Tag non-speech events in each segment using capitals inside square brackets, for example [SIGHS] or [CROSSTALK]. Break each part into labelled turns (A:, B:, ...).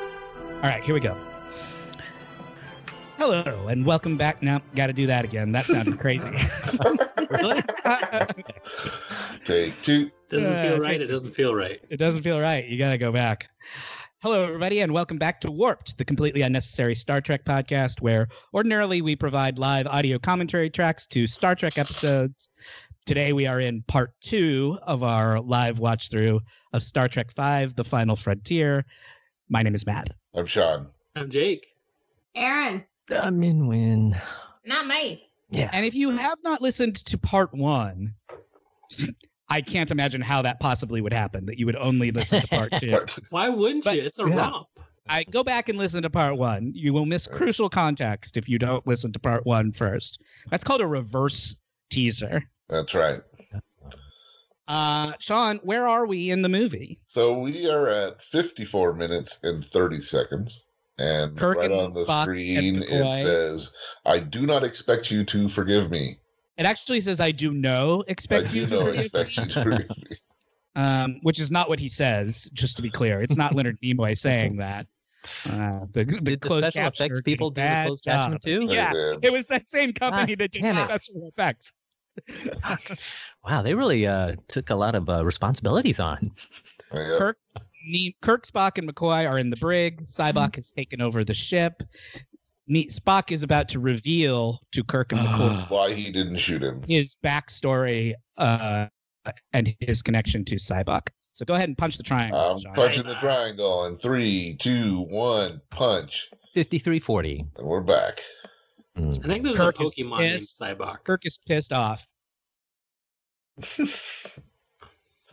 A: All right, here we go. Hello and welcome back. Now, got to do that again. That sounded crazy. [LAUGHS]
B: Take two.
C: Doesn't
A: Yeah,
C: feel
A: it's
C: right. It
A: right.
C: doesn't feel right.
A: it doesn't feel right. You got to go back. Hello, everybody, and welcome back to Warped, the completely unnecessary Star Trek podcast, where ordinarily we provide live audio commentary tracks to Star Trek episodes. Today we are in part two of our live watch through of Star Trek V: The Final Frontier. My name is Matt.
B: I'm Sean.
C: I'm Jake.
D: Aaron,
E: I'm in win.
D: not me.
E: Yeah.
A: And if you have not listened to part one, [LAUGHS] I can't imagine how that possibly would happen that you would only listen to part two.
B: [LAUGHS]
C: Why wouldn't
A: But-
C: you? It's a
E: Yeah.
C: romp.
A: I go back and listen to part one. You will miss crucial context if you don't listen to part one first. That's called a reverse teaser.
B: That's right.
A: Uh, Sean, where are we in the movie?
B: So we are at 54 minutes and 30 seconds. And
A: Kirk
B: right
A: and
B: on the
A: Spock and
B: screen, it
A: McCoy.
B: says, I do not expect you to forgive me.
A: It actually says, "I do know expect
B: I
A: you
B: do
A: to [LAUGHS]
B: not
A: forgive
B: expect you
A: me,"
B: to forgive me.
A: um, which is not what he says. Just to be clear, it's not Leonard Nimoy saying that. Uh, the the
E: Did the
A: closed
E: special
A: captioner
E: effects
A: did a
E: people do the
A: bad
E: closed caption
A: job.
E: too?
A: Yeah.
B: And
A: It was that same company that did
E: Ah, damn
A: the
E: it.
A: special effects.
E: Fuck. wow, they really uh, took a lot of uh, responsibilities on.
B: then- yeah.
A: Kirk- Ne- Kirk, Spock, and McCoy are in the brig.
E: Hmm.
A: Cybok has taken over the ship. Ne- Spock is about to reveal to Kirk and
E: Ah.
A: McCoy
B: Why he didn't shoot him.
A: his backstory uh, and his connection to Cybok. So go ahead and punch the triangle.
B: I'm
A: Sean.
B: punching the triangle in three, two, one, punch.
E: 5340.
B: And we're back.
C: I think there's
A: Kirk
C: a
A: is
C: Pokemon named
A: pissed.
C: Cybok.
A: Kirk is pissed off.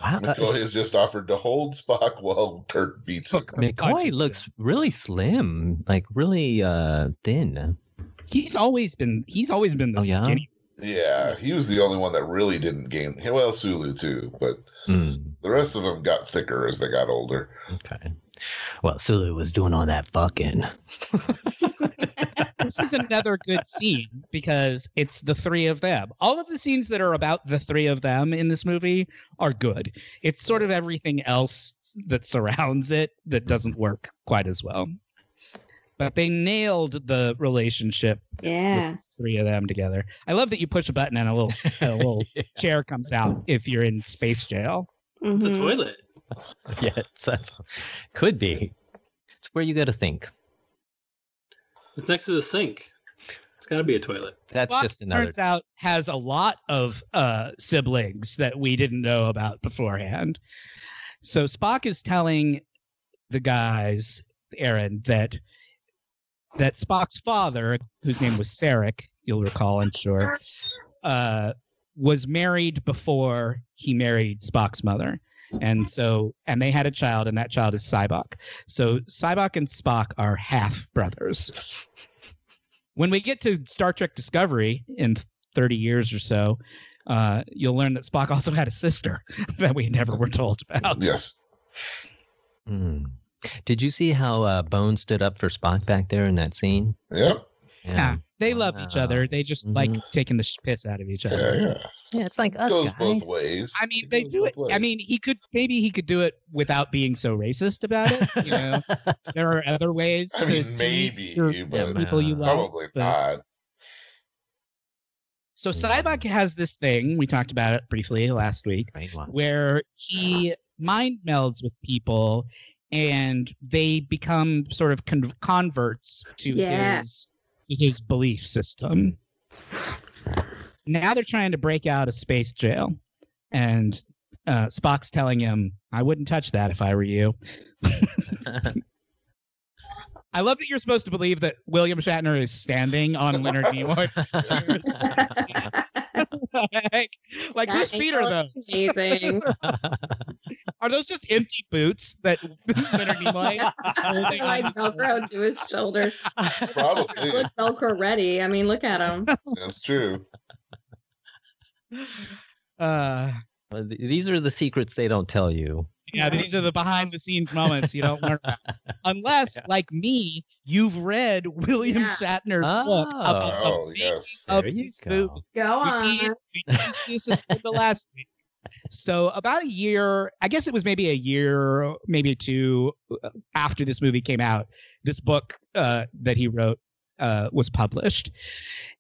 E: Wow. uh,
B: McCoy has just offered to hold Spock while Kirk beats him.
E: uh, McCoy
A: punches
E: looks
A: him.
E: really slim, like really uh, thin.
A: He's always been. He's always been the
E: Oh, yeah?
A: skinny.
B: Yeah, he was the only one that really didn't gain. Well, Sulu too, but
E: Mm,
B: the rest of them got thicker as they got older.
E: okay. Well, Sulu was doing all that fucking.
A: This is another good scene because it's the three of them. All of the scenes that are about the three of them in this movie are good. It's sort of everything else that surrounds it that doesn't work quite as well. But they nailed the relationship
D: Yeah.
A: with the three of them together. I love that you push a button and a little a little chair comes out if you're in space jail.
C: It's a toilet.
E: yeah, it's, that's, could be. It's where you got to think.
C: It's next to the sink. It's got to be a toilet.
E: That's
A: Spock,
E: just another.
A: turns out has a lot of uh, siblings that we didn't know about beforehand. So Spock is telling the guys, Aaron, that that Spock's father, whose name was Sarek, you'll recall, I'm sure, uh, was married before he married Spock's mother. And so, and they had a child, and that child is Cybok. So Cybok and Spock are half brothers when we get to Star Trek Discovery in 30 years or so, uh, you'll learn that Spock also had a sister [LAUGHS] that we never were told about.
B: Yes,
E: Mm. Did you see how uh, Bone stood up for Spock back there in that scene?
B: yep,
A: Yeah, they love each other. They just like
E: Mhm.
A: taking the sh- piss out of each
B: yeah,
A: other.
B: yeah.
E: Yeah, it's like us
B: goes
E: guys.
B: both ways.
A: I mean, they
B: goes
A: do it.
B: both
A: I
B: ways.
A: mean, he could maybe he could do it without being so racist about it. You know, there are other ways.
B: I mean,
A: to
B: maybe,
A: tease your
B: but
E: man.
A: people you love.
B: probably
A: but-
B: not.
A: So
E: Mm.
A: Cybok has this thing we talked about it briefly last week,
E: Right, wow.
A: where he mind melds with people and they become sort of con- converts to
D: Yeah.
A: his to his belief system. Now they're trying to break out of space jail and uh, Spock's telling him, "I wouldn't touch that if I were you." I love that you're supposed to believe that William Shatner is standing on
D: [LAUGHS]
A: Leonard Nimoy. [LAUGHS]
E: [LAUGHS]
A: like, like
D: That
A: whose feet are
D: angle is
A: those?
D: [LAUGHS] Amazing.
A: Are those just empty boots that [LAUGHS] Leonard Nimoy
D: [LAUGHS]
A: is holding?
D: like
A: on-
D: Velcro to his shoulders.
B: Probably,
D: [LAUGHS] Look Velcro ready. I mean, look at [LAUGHS] him.
B: that's true.
A: Uh,
E: Well, th- These are the secrets they don't
A: [LAUGHS]
E: tell you. [LAUGHS]
A: yeah, these are the behind the scenes moments you don't learn about. Unless, like me, you've read [LAUGHS] William
D: Yeah.
A: Shatner's book about
B: Oh,
A: the making
B: yes.
A: of
E: There you
A: this
E: go.
A: movie.
D: Go
A: We
D: on.
A: teased, we teased this in the last week. So about a year, I guess it was maybe a year, maybe two uh, after this movie came out, this book uh, that he wrote uh, was published,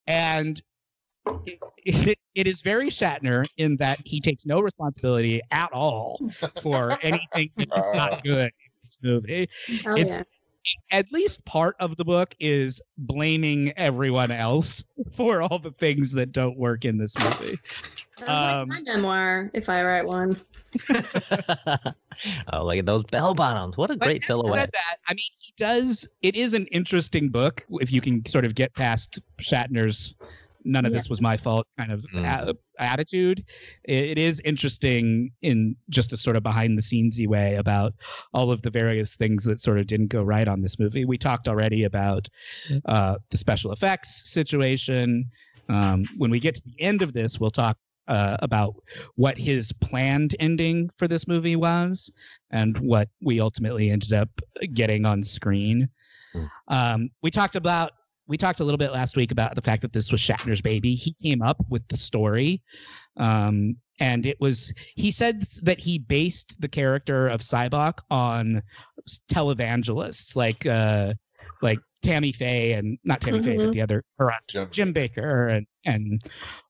A: and it, it, it is very Shatner in that he takes no responsibility at all for anything that's not good in this movie
D: Oh,
A: It's-
D: yeah.
A: at least part of the book is blaming everyone else [LAUGHS] for all the things that don't work in this movie.
D: That was like my memoir, if I write one.
E: oh, look at those bell bottoms. What a
A: But
E: great
A: having
E: silhouette.
A: Said that, I mean, he does. It is an interesting book if you can sort of get past Shatner's "none of
D: Yeah.
A: this was my fault" kind of
E: Mm.
A: a- attitude. It- it is interesting in just a sort of behind the scenesy way about all of the various things that sort of didn't go right on this movie. We talked already about uh, the special effects situation. Um, when we get to the end of this, we'll talk. Uh, about what his planned ending for this movie was, and what we ultimately ended up getting on screen.
E: Hmm.
A: Um, we talked about we talked a little bit last week about the fact that this was Shatner's baby. He came up with the story, um, and it was he said that he based the character of Cybok on s- televangelists like uh, like Tammy Faye and not Tammy Faye,
B: Mm-hmm.
A: but
D: Mhm.
A: the other her husband,
B: Jim-
A: Jim Baker and and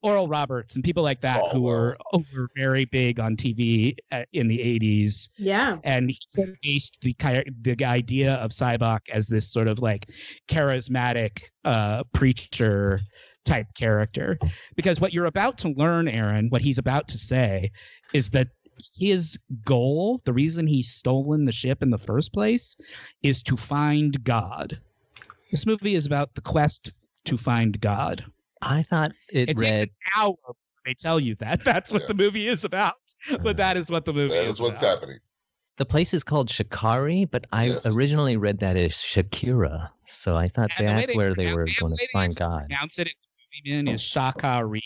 A: Oral Roberts and people like that
B: Oh,
A: who
B: wow.
A: were, who were very big on TV uh, in the eighties
D: Yeah.
A: and he sort of based the ki- the idea of Cybok as this sort of like charismatic uh, preacher type character. Because what you're about to learn, Aaron, what he's about to say, is that his goal, the reason he's stolen the ship in the first place, is to find God. This movie is about the quest to find God.
E: I thought it,
A: It takes
E: read.
A: an hour. before They tell you that. [LAUGHS] That's what
B: Yeah.
A: the movie is about. But that is what the movie
B: That
A: is uh,
B: is what's
A: about.
B: happening.
E: The place is called Shikari, but I
B: Yes.
E: originally read that as Shakira. So I thought
A: And the way
E: that's
A: they
E: where they
A: pronounce-
E: were
A: and the
E: going
A: way
E: to
A: they
E: find
A: actually
E: God.
A: pronounce it in the movie, man, is Shakari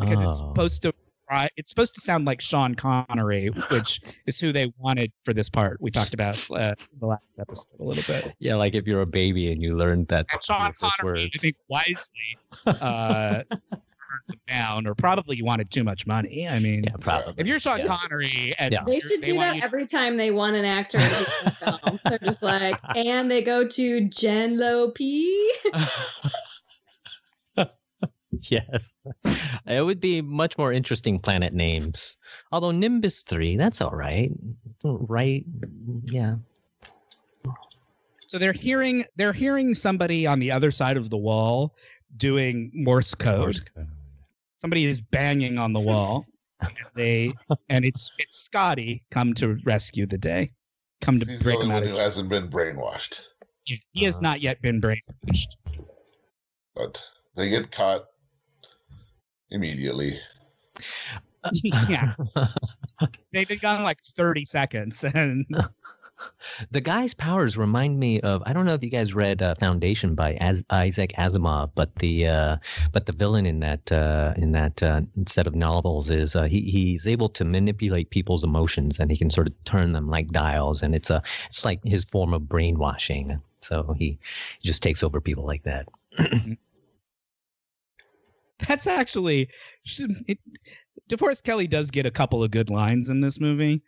A: because it's
E: Oh,
A: supposed to right, it's supposed to sound like Sean
E: [SIGHS]
A: Connery, which is who they wanted for this part. We talked about uh, the last episode a little bit.
E: [LAUGHS] yeah, like if you're a baby and you learned that.
A: And
E: were
A: Sean
E: the first
A: Connery, I
E: words.
A: think, wisely uh,
E: [LAUGHS]
A: turned it down, or probably wanted too much money. I mean,
E: Yeah, probably.
A: if you're Sean
E: Yeah.
A: Connery, and
E: Yeah.
D: They
A: you're-
D: should do
A: want
D: that
A: you-
D: every time they want an actor. to be [LAUGHS] in a film. They're just like, and they go to Jen Lope.
E: [LAUGHS] yes. It would be much more interesting planet names. Although Nimbus 3, that's all right. Right. Yeah.
A: So they're hearing they're hearing somebody on the other side of the wall doing Morse code. somebody is banging on the wall. and they and it's it's Scotty come to rescue the day, come to
B: He's the
A: break
B: only
A: him out
B: one who
A: of.
B: hasn't been brainwashed.
A: He he has
E: Uh-huh.
A: not yet been
E: [LAUGHS]
A: brainwashed. [LAUGHS]
B: But they get caught immediately.
A: yeah, they've been gone like thirty seconds, [LAUGHS] and
E: The guy's powers remind me of I don't know if you guys read uh, Foundation by As- Isaac Asimov, but the uh, but the villain in that uh, in that uh, set of novels is uh, he he's able to manipulate people's emotions and he can sort of turn them like dials and it's a it's like his form of brainwashing. So he, he just takes over people like that.
A: that's actually. It, DeForest Kelly does get a couple of good lines in this movie.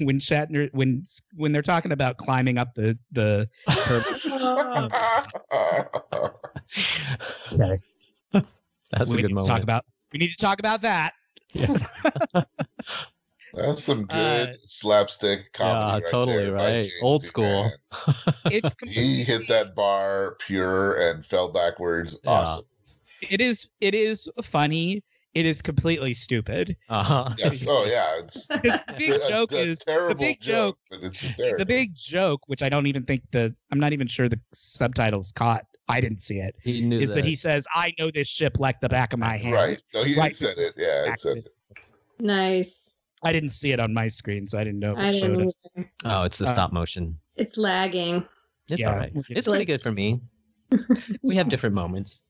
A: When Shatner, when when they're talking about climbing up the the, tur-
D: Oh,
E: Okay. [LAUGHS] That's
A: we
E: a
A: need
E: good
A: to
E: moment.
A: talk about. We need to talk about that.
B: [LAUGHS] That's some good slapstick comedy.
E: Yeah,
B: right
E: totally,
B: there by
E: right?
B: James
E: Old
B: Dean
E: school.
B: Mann.
A: It's
B: He hit that bar pure and fell backwards.
E: Yeah.
B: Awesome.
A: it is it is funny. It is completely stupid.
E: uh-huh.
B: Yes. Oh yeah. It's
D: [LAUGHS]
B: a-
A: 'Cause The
B: [LAUGHS]
A: big
B: a
A: joke is
B: terrible
A: big joke-
B: but it's hysterical.
A: the big joke, which I don't even think the I'm not even sure the subtitles caught. I didn't see it.
E: He knew
A: Is that he says, "I know this ship like the back of my hand."
B: right. No, he
A: Right.
B: said it. Yeah, it said it.
D: [LAUGHS] nice.
A: I didn't see it on my screen, so I didn't know if
D: I
A: it showed.
D: didn't.
A: up.
D: either.
E: Oh, it's the
A: Uh,
E: stop motion.
D: It's lagging.
E: It's
A: Yeah.
E: all right.
A: It's
E: It's pretty good for me. We have different moments.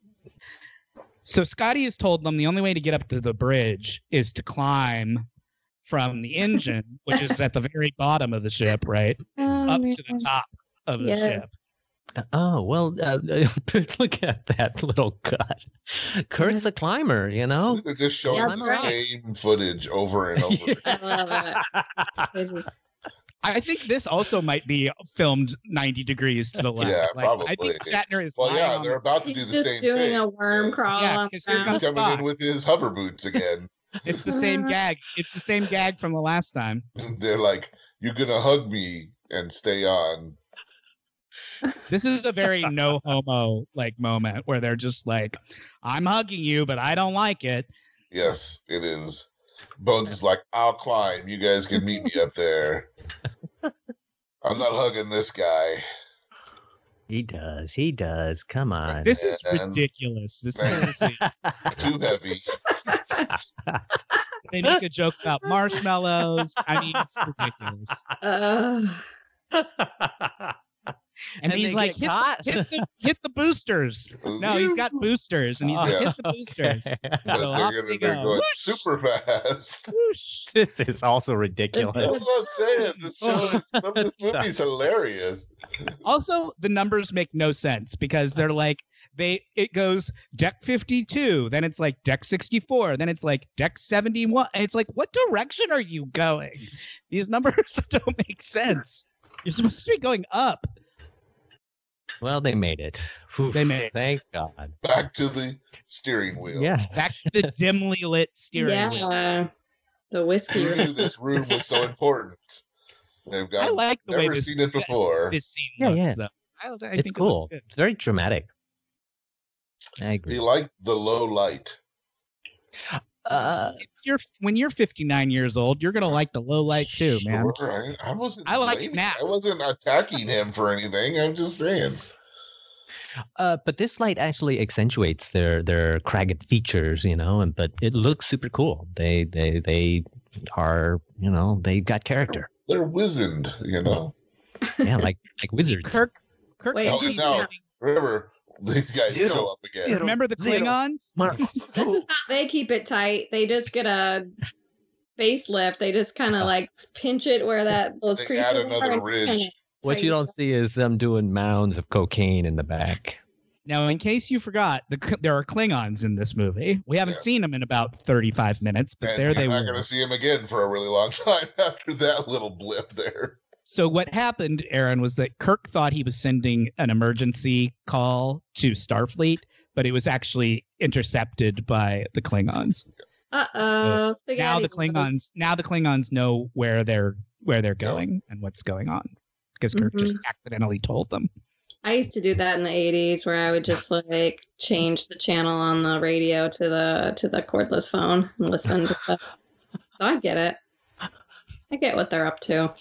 A: So Scotty has told them the only way to get up to the bridge is to climb from the engine, which is at the very bottom of the ship, right,
D: [LAUGHS] Oh,
A: up
D: man.
A: to the top of the
D: Yes.
A: ship.
E: Oh well, uh, [LAUGHS] look at that little gut. Kurt's a climber, you know.
B: They're just showing
D: Yeah,
B: the
D: right.
B: same footage over and over.
D: I love [LAUGHS] They just-
A: I think this also might be filmed 90 degrees to the left.
B: [LAUGHS] Yeah,
A: Like, I think
B: probably.
A: Shatner is
B: Well,
A: lying
B: yeah,
A: on
B: they're
A: the-
B: about to do
D: He's
B: the
D: just
B: same
D: doing
B: thing.
D: a worm
B: Yes.
D: crawl
A: Yeah,
D: on
A: 'cause
D: the
A: here's
B: He's
A: how-
D: ground.
B: coming
A: Spock.
B: in with his hover boots again. [LAUGHS]
A: It's the [LAUGHS] same gag. It's the same gag from the last time.
B: They're like, "You're gonna hug me and stay on."
A: This is a
B: [LAUGHS]
A: very no homo like moment where they're just like, I'm hugging you, but I don't like it.
B: Yes, it is. Bones is like, "I'll climb. You guys can meet me up there." I'm not hugging this guy.
E: He does. He does. Come on. [LAUGHS]
A: This is
B: And-
A: ridiculous. This
B: Right.
A: is
B: Too heavy.
A: they make a joke about marshmallows. I mean, it's [LAUGHS] ridiculous.
D: Ugh.
A: And, he's
E: they
A: like,
E: get
A: hit
E: caught?
A: the, hit, the, hit the boosters. [LAUGHS] No, he's
B: [LAUGHS]
A: got boosters, and he's like,
B: Oh,
A: hit the boosters.
B: [LAUGHS] But
A: So
B: they're,
A: off
B: gonna,
A: they
B: they're
A: go.
B: going
A: Whoosh!
B: super
A: [LAUGHS]
B: fast.
A: Whoosh.
E: [LAUGHS] this is also
A: [LAUGHS]
E: ridiculous.
B: That's what I'm saying. This, show is, this movie's hilarious.
A: Also, the numbers make no sense because they're like they it goes deck 52, then it's like deck 64, then it's like deck 71. And it's like, what direction are you going? These numbers [LAUGHS] don't make sense. You're supposed to be going up.
E: Well, they made it. Phew,
A: They made it.
E: Thank God.
B: Back to the steering wheel.
E: Yeah.
A: Back to the dimly lit steering wheel.
D: Yeah. The whiskey
B: Who
E: [LAUGHS]
B: knew
D: room.
B: this room was so important? They've
A: I
B: got
A: like the way
B: never
A: this,
B: seen it
A: yes,
B: before.
A: this scene
E: Yeah,
A: looks,
E: yeah.
A: though. I, I think
E: it's
A: it looks
E: cool.
A: good.
E: It's very dramatic. I
B: They
E: agree.
B: like the low light.
E: Uh,
A: If you're when you're 59 years old, you're gonna like the low light too, man.
B: Sure, I, I wasn't.
A: I like it
B: blaming-
A: now.
B: I wasn't attacking him for anything. I'm just saying.
E: uh, but this light actually accentuates their their cragged features, you know. And but it looks super cool. They they they are you know they got character.
B: They're wizened, you know.
E: Yeah, like like wizards.
A: Kirk, Kirk,
D: Wait,
B: Oh,
A: keeps
B: no.
A: having-
B: Remember, these guys show up again.
A: remember the Klingons?
E: Mark. [LAUGHS]
D: This is not they keep it tight. They just get a facelift. They just kind of like pinch it where that those
B: They
D: creatures
B: add
D: are
B: another
D: and kinda
B: ridge.
E: What you
D: tighten
E: don't see is them doing mounds of cocaine in the back.
A: Now, in case you forgot, the, K- there are Klingons in this movie. We haven't
B: Yes.
A: seen them in about 35 minutes, but
B: And
A: there
B: you're
A: they
B: not
A: were.
B: going to see him again for a really long [LAUGHS] time after that little blip there.
A: So, what happened, Aaron, was that Kirk thought he was sending an emergency call to Starfleet, but it was actually intercepted by the Klingons.
D: Uh-oh.
A: now the
D: spaghetti
A: Klingons, now the Klingons know where they're where they're going and what's going on because Kirk just accidentally told them.
D: I used to do that in the 80s where I would just like change the channel on the radio to the to the cordless phone and listen to stuff. So I get it. I get what they're up to.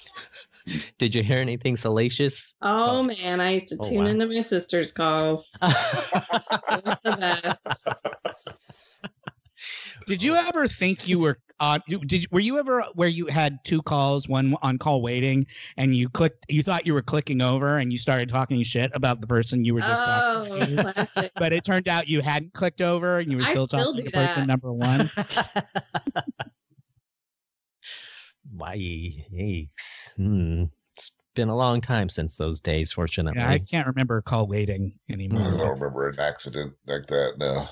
E: Did you hear
D: [LAUGHS]
E: anything salacious?
D: Oh,
E: Oh.
D: man, I used to
E: Oh,
D: tune
E: wow.
D: into my sister's calls. It was the best.
A: Did you ever think you were on? you- Did were you ever where you had two calls, one on call waiting, and you clicked? You thought you were clicking over, and you started talking shit about the person you were just talking.
D: Oh, classic.
A: But it turned out you hadn't clicked over, and you were
D: I
A: still
D: still
A: talking
D: do
A: to person
D: that.
A: number
D: [LAUGHS]
A: one.
E: Why? Yikes. Hmm. It's been a long time since those days, fortunately.
A: Yeah, I can't remember call waiting
B: I don't
A: anymore.
B: remember an accident like that. No.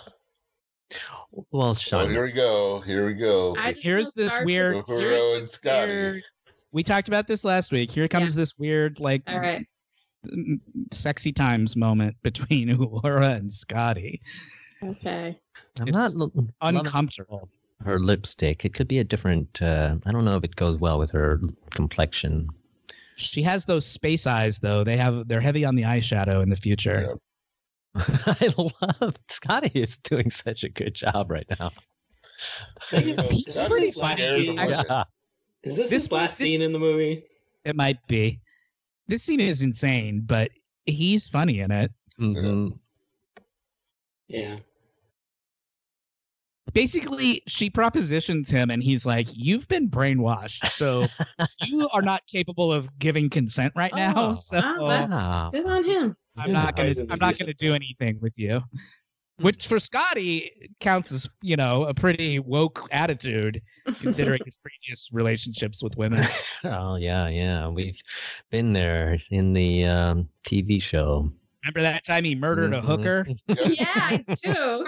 E: well,
B: So
E: Sean,
B: here we go. Here we go.
D: I just
A: Here's
D: feel
A: this
D: sorry for
A: weird.
B: Uhuru
A: Here's
B: and
A: this
B: Scotty.
A: weird- we talked about this last week. Here comes this weird, like,
D: All right.
A: m- sexy times moment between [LAUGHS] Uhura and Scotty.
D: Okay.
E: I'm not
A: it's
E: lo- loving
A: Uncomfortable.
E: her lipstick. It could be a different. Uh, I don't know if it goes well with her complexion. [LAUGHS]
A: She has those space eyes though. They have they're heavy on the eyeshadow in the future.
B: Yep.
E: I love Scotty is doing such a good job right now.
C: You know,
A: He's
C: Scotty's
A: pretty
C: last
A: funny.
C: scene-
A: I-
E: Yeah.
C: Is this,
A: This-
C: his last
A: this-
C: scene in the movie?
A: It might be. This scene is insane, but he's funny in it.
E: Mhm.
C: Yeah.
A: Basically, she propositions him and he's like, You've been brainwashed,
D: [LAUGHS]
A: so you are not capable of giving consent right now.
E: Oh,
A: so
D: Wow, that's good on him.
A: I'm not gonna
C: His eyes
A: I'm not
C: in
A: gonna
C: the
A: do anything with you.
D: Hmm.
A: Which for Scotty counts as, you know, a pretty woke attitude
D: [LAUGHS]
A: considering his previous relationships with women.
E: Oh yeah, yeah. We've been there in the um, TV show. [LAUGHS]
A: Remember that time he murdered a
D: Mm-hmm.
E: Mhm.
A: hooker?
D: [LAUGHS]
B: Yep.
D: Yeah, I do.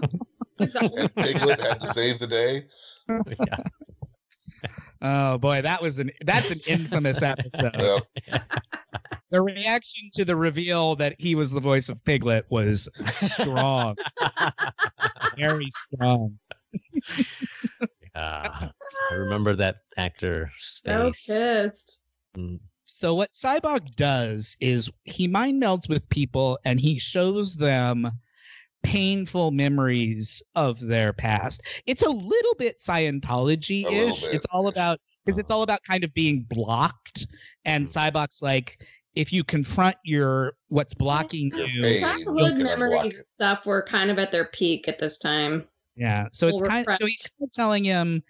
B: and Piglet had to save
A: [LAUGHS]
B: the day.
E: Yeah.
A: Oh boy, that was an that's an infamous
B: [LAUGHS]
A: episode.
B: Yep.
A: The reaction to the reveal that he was the voice of Piglet was strong, very strong.
E: Yeah. I remember that actor's
D: [LAUGHS] [LAUGHS] So
E: face.
D: pissed.
E: Mm.
A: So what Cyborg does is he mind melds with people and he shows them painful memories of their past. It's a little bit Scientology
B: A little
A: ish.
B: bit,
A: It's all
B: yeah.
A: about because it's all about kind of being blocked and Cyborg's like if you confront your what's blocking
B: Your
A: you
B: pain, you
D: Childhood
B: can unblock
D: memories
B: it.
D: stuff were kind of at their peak at this time.
A: Yeah. So it's
D: Well,
A: kind of so he's kind of telling him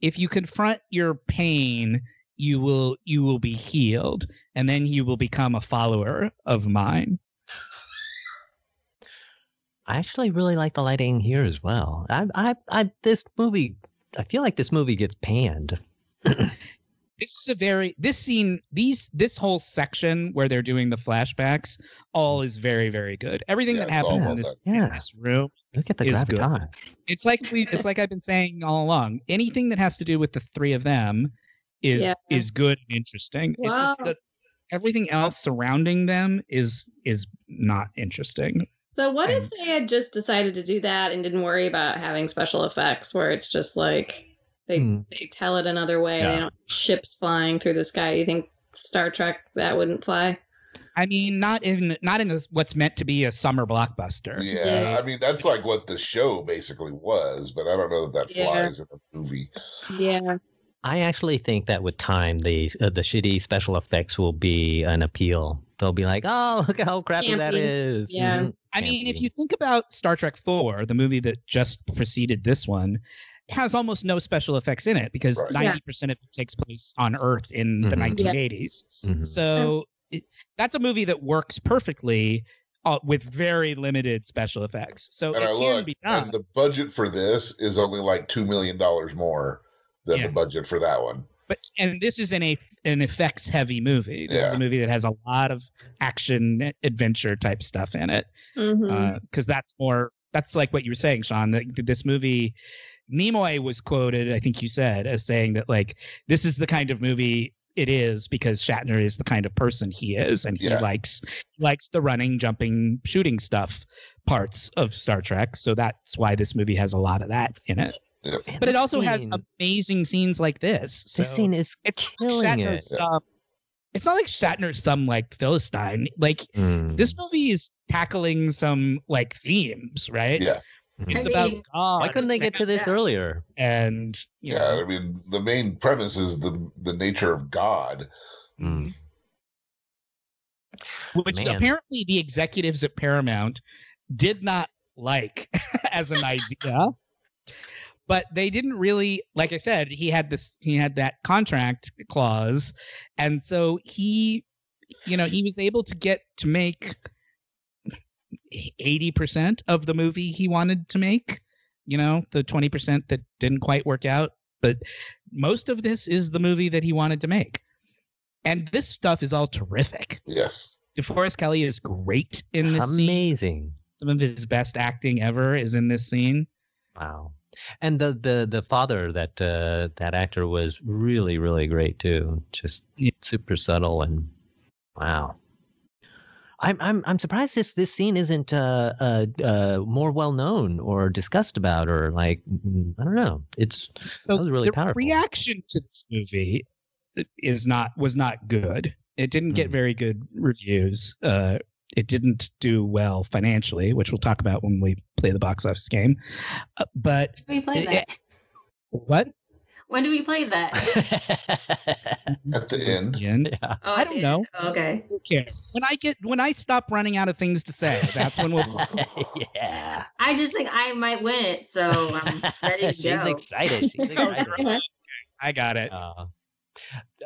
A: if you confront your pain, you will you will be healed, and then you will become a follower of mine.
E: I actually really like the lighting here as well. I, I, I, this movie, I feel like this movie gets panned.
A: This is a very this scene these this whole section where they're doing the flashbacks all is very very good. Everything
B: Yeah,
A: that
B: it's
A: happens
B: all
A: in
B: well
A: this, in
E: done. Yeah.
A: this room,
E: Look at the
A: Is good.
E: gravitas.
A: it's like we it's like I've been saying all along. Anything that has to do with the three of them is
D: Yeah.
A: is good and interesting. It's
D: Wow.
A: just that everything else surrounding them is is not interesting.
D: So what if
A: And-
D: they had just decided to do that and didn't worry about having special effects where it's just like they
E: Hmm.
D: they tell it another way. They
E: Yeah.
D: don't ships flying through the sky. You think Star Trek that wouldn't fly?
A: I mean, not in not in a, what's meant to be a summer blockbuster.
B: Yeah,
D: Yeah.
B: I mean that's like what the show basically was, but I don't know that that
D: Yeah.
B: flies in the movie.
D: Yeah.
E: I actually think that with time, the uh, the shitty special effects will be an appeal. They'll be like, "Oh, [LAUGHS] look how crappy that
D: Campy.
E: is."
D: Yeah.
E: Mhm.
A: I mean, if
E: Campy.
A: you think about Star Trek Four, the movie that just preceded this one, it has almost no special effects in it because
B: Right.
D: Yeah.
A: ninety percent of it takes place on Earth in the
E: Mhm. Yeah.
A: nineteen eighties.
B: Mm-hmm.
E: Mhm.
A: So it, that's a movie that works perfectly uh, with very limited special effects. So
B: And
A: it
B: I
A: can
B: look,
A: be done.
B: and the budget for this is only like two million dollars more than
A: Yeah.
B: the budget for that one.
A: but and this is an a an effects heavy movie. This is
B: Yeah.
A: a movie that has a lot of action adventure type stuff in it.
D: hmm
E: Mm-hmm.
A: because Uh, that's more that's like what you were saying sean that this movie nimoy was quoted i think you said as saying that like this is the kind of movie it is because shatner is the kind of person he is and he
B: Yeah.
A: likes likes the running jumping shooting stuff parts of star trek so that's why this movie has a lot of that in it
E: Man,
A: but it
E: this
A: also has
E: scene-
A: amazing scenes like this so
E: this scene is
A: it's not like
E: killing
A: Shatner's
E: it.
A: some- it's not like shatner's some like philistine like
E: Mm.
A: this movie is tackling some like themes, right?
B: Yeah,
E: Mhm.
A: It's
D: I
A: about
D: mean,
A: God.
E: Why couldn't they get to this earlier?
A: And you
B: yeah.
A: know,
B: I mean, the main premise is the the nature of God.
E: Mm.
A: which
E: Man.
A: apparently the executives at Paramount did not like [LAUGHS] as an idea. But they didn't really, like I said, he had this, he had that contract clause, and so he, you know, he was able to get to make eighty percent of the movie he wanted to make. You know, the twenty percent that didn't quite work out, but most of this is the movie that he wanted to make, and this stuff is all terrific.
B: Yes,
A: DeForest Kelly is great in this scene.
E: Amazing.
A: Some of his best acting ever is in this scene.
E: Wow. And the the the father that uh, that actor was really really great too. Just
A: Yeah.
E: super subtle and wow. I'm I'm I'm surprised this this scene isn't uh, uh, uh, more well known or discussed about or like mm, I don't know. It's
A: So
E: That was really
A: the
E: powerful.
A: reaction to this movie is not was not good. It didn't get
E: Mm.
A: very good reviews. Uh, it didn't do well financially, which we'll talk about when we play the box office game. Uh, but
F: When do we play
A: Yeah.
F: that?
A: what
F: When do we play that?
A: Mm-hmm.
B: at the
A: Towards
B: end.
A: the end?
E: yeah.
F: Oh,
A: I don't
F: did.
A: know.
F: Oh, okay.
A: Who cares? When I get when I stop running out of things to say, that's when we'll
E: [LAUGHS] [LAUGHS]
F: [LAUGHS]
E: yeah.
F: I just think I might win it, so I'm
A: [LAUGHS]
F: ready
E: [LAUGHS]
F: to
E: She's
F: go.
E: excited.
F: [LAUGHS]
E: She's
F: Oh,
E: excited.
A: I got it.
E: Uh,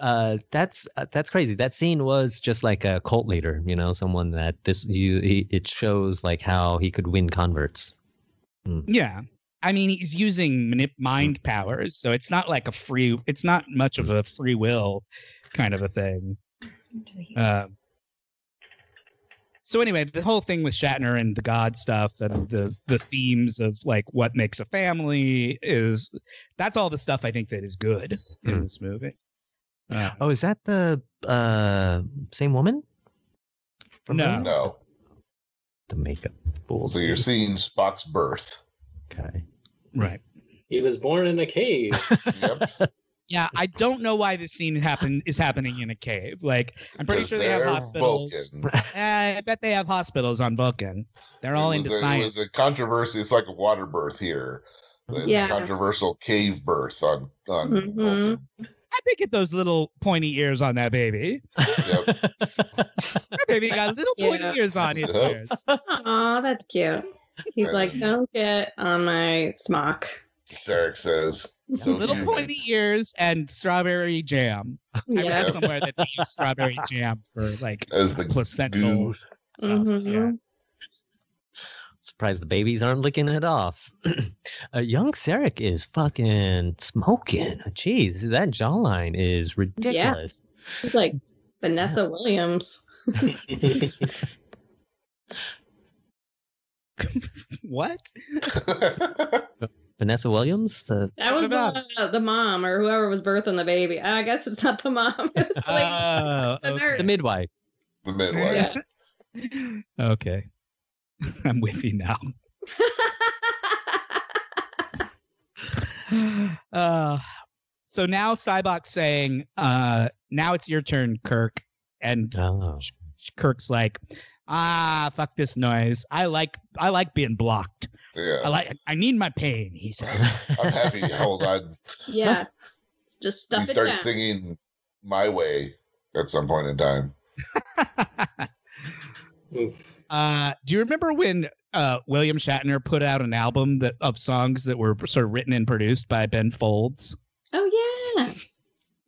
E: uh, that's uh, that's crazy. That scene was just like a cult leader, you know, someone that this you he, it shows like how he could win converts.
A: Yeah. I mean, he's using manip- mind powers, so it's not like a free. It's not much of a free will kind of a thing. Um, So anyway, the whole thing with Shatner and the God stuff and the the themes of like what makes a family is that's all the stuff I think that is good in
E: Hmm.
A: this movie. Uh,
E: Oh, is that the uh, same woman? From
A: No.
E: earlier?
B: [LAUGHS] No.
E: The makeup fool.
B: So you're seeing Spock's birth.
E: Okay.
A: right.
C: He was born in a cave.
B: Yep.
A: Yeah, I don't know why this scene happen is happening in a cave. Like I'm [LAUGHS] pretty
B: because
A: sure they have
B: they're
A: hospitals.
B: Vulcan.
A: Uh, I bet they have hospitals on Vulcan. They're all
B: It
A: into
B: was a-
A: science.
B: It was a controversy. It's like a water birth here. It's
D: Yeah.
B: a controversial cave birth on on.
A: Mm-hmm.
D: Mhm.
B: Vulcan.
A: I think get those little pointy ears on that baby.
B: Yep.
A: That baby
B: [LAUGHS]
A: got little pointy
D: Yeah.
A: ears on his
B: Yep. [LAUGHS]
A: ears.
D: Aw, that's cute. He's like, don't get on my smock.
B: Derek says. So
A: little
B: human.
A: pointy ears and strawberry jam. [LAUGHS] I
D: Yeah.
A: read somewhere that they use strawberry jam for
B: [LAUGHS]
A: like
B: As the
A: placental.
B: Goo.
A: stuff. Yeah.
D: Mhm.
E: Surprised the babies aren't licking it off. [CLEARS THROAT] uh, young Sarek is fucking smoking. Jeez, that jawline is ridiculous. [LAUGHS]
D: He's like
A: [LAUGHS]
D: Vanessa Williams.
A: What?
E: Vanessa Williams, the
D: That
A: What
D: was
A: about-
D: the, the mom or whoever was birthing the baby. I guess it's not the mom. [LAUGHS] It was like
A: Oh, okay.
D: the
E: the
D: nurse.
E: midwife.
B: the midwife.
A: [LAUGHS]
D: Yeah.
A: okay. [LAUGHS] I'm with you now. Uh, so now Cybok's saying, uh, now it's your turn, Kirk. And
E: Oh. [LAUGHS]
A: Kirk's like, ah, fuck this noise. I like I like being blocked. I [LAUGHS]
B: Yeah.
A: like I need my pain, he says.
E: [LAUGHS]
B: I'm happy. Hold on.
D: yes.
B: He
D: Just stuff it
B: starts
D: down.
B: singing "My Way" at some point in time.
A: uh, do you remember when uh, William Shatner put out an album that of songs that were sort of written and produced by Ben Folds?
D: Oh yeah.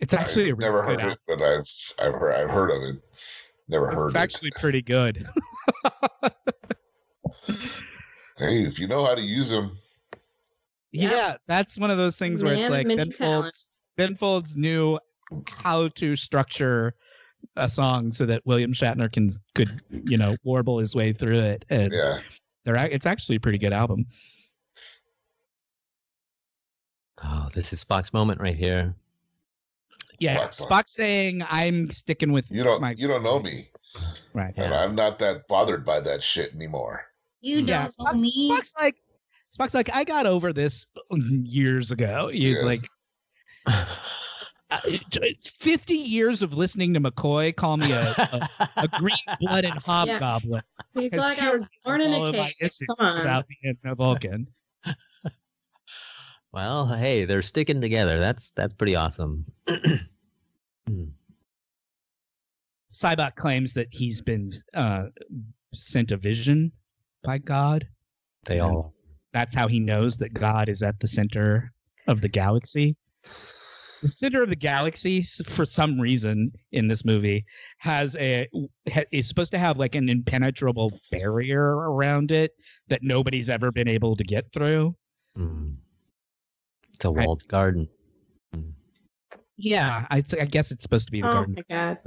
A: It's actually a
B: I've
A: really
B: never
A: good
B: heard
A: album.
B: it, but I've I've heard I've heard of it. Never heard
A: It's
B: it.
A: actually pretty good.
B: Hey, if you know how to use them,
A: Yeah.
D: Yeah.
A: that's one of those things where
D: Man
A: it's
D: of
A: like
D: many
A: Ben Folds,
D: talents.
A: ben Folds knew how to structure a song so that William Shatner can could you know warble his way through it, and
B: yeah.
A: they're ac- it's actually a pretty good album.
E: oh, this is Spock's moment right here.
A: Yeah,
B: Spock's on.
A: Spock saying I'm sticking with
B: You don't
A: My-
B: you don't know me,
A: right.
B: and
E: [LAUGHS] Yeah.
B: I'm not that bothered by that shit anymore.
F: You don't
A: Yeah,
F: know
A: Spock's,
F: me.
A: Spock's like Spock's like I got over this years ago. He's
B: Yeah.
A: like "I- it's 50 years of listening to McCoy call me a, a, uh, a
E: [LAUGHS]
A: green-blooded hobgoblin.
D: He's
A: has
D: like I was born in
A: all
D: a
A: of my
D: cave.
A: issues
D: Come on.
A: about being a Vulcan.
E: Well, hey, they're sticking together. That's that's pretty awesome.
A: Cybot claims that he's been uh, sent a vision by God.
E: They
A: Yeah.
E: all
A: That's how he knows that God is at the center of the galaxy. The center of the galaxy, s- for some reason, in this movie, has a ha- is supposed to have like an impenetrable barrier around it that nobody's ever been able to get through.
E: mm. the
A: Right.
E: walled
A: [LAUGHS]
E: garden.
A: Yeah, I, I guess it's supposed to be the
D: Oh
A: garden.
D: my god.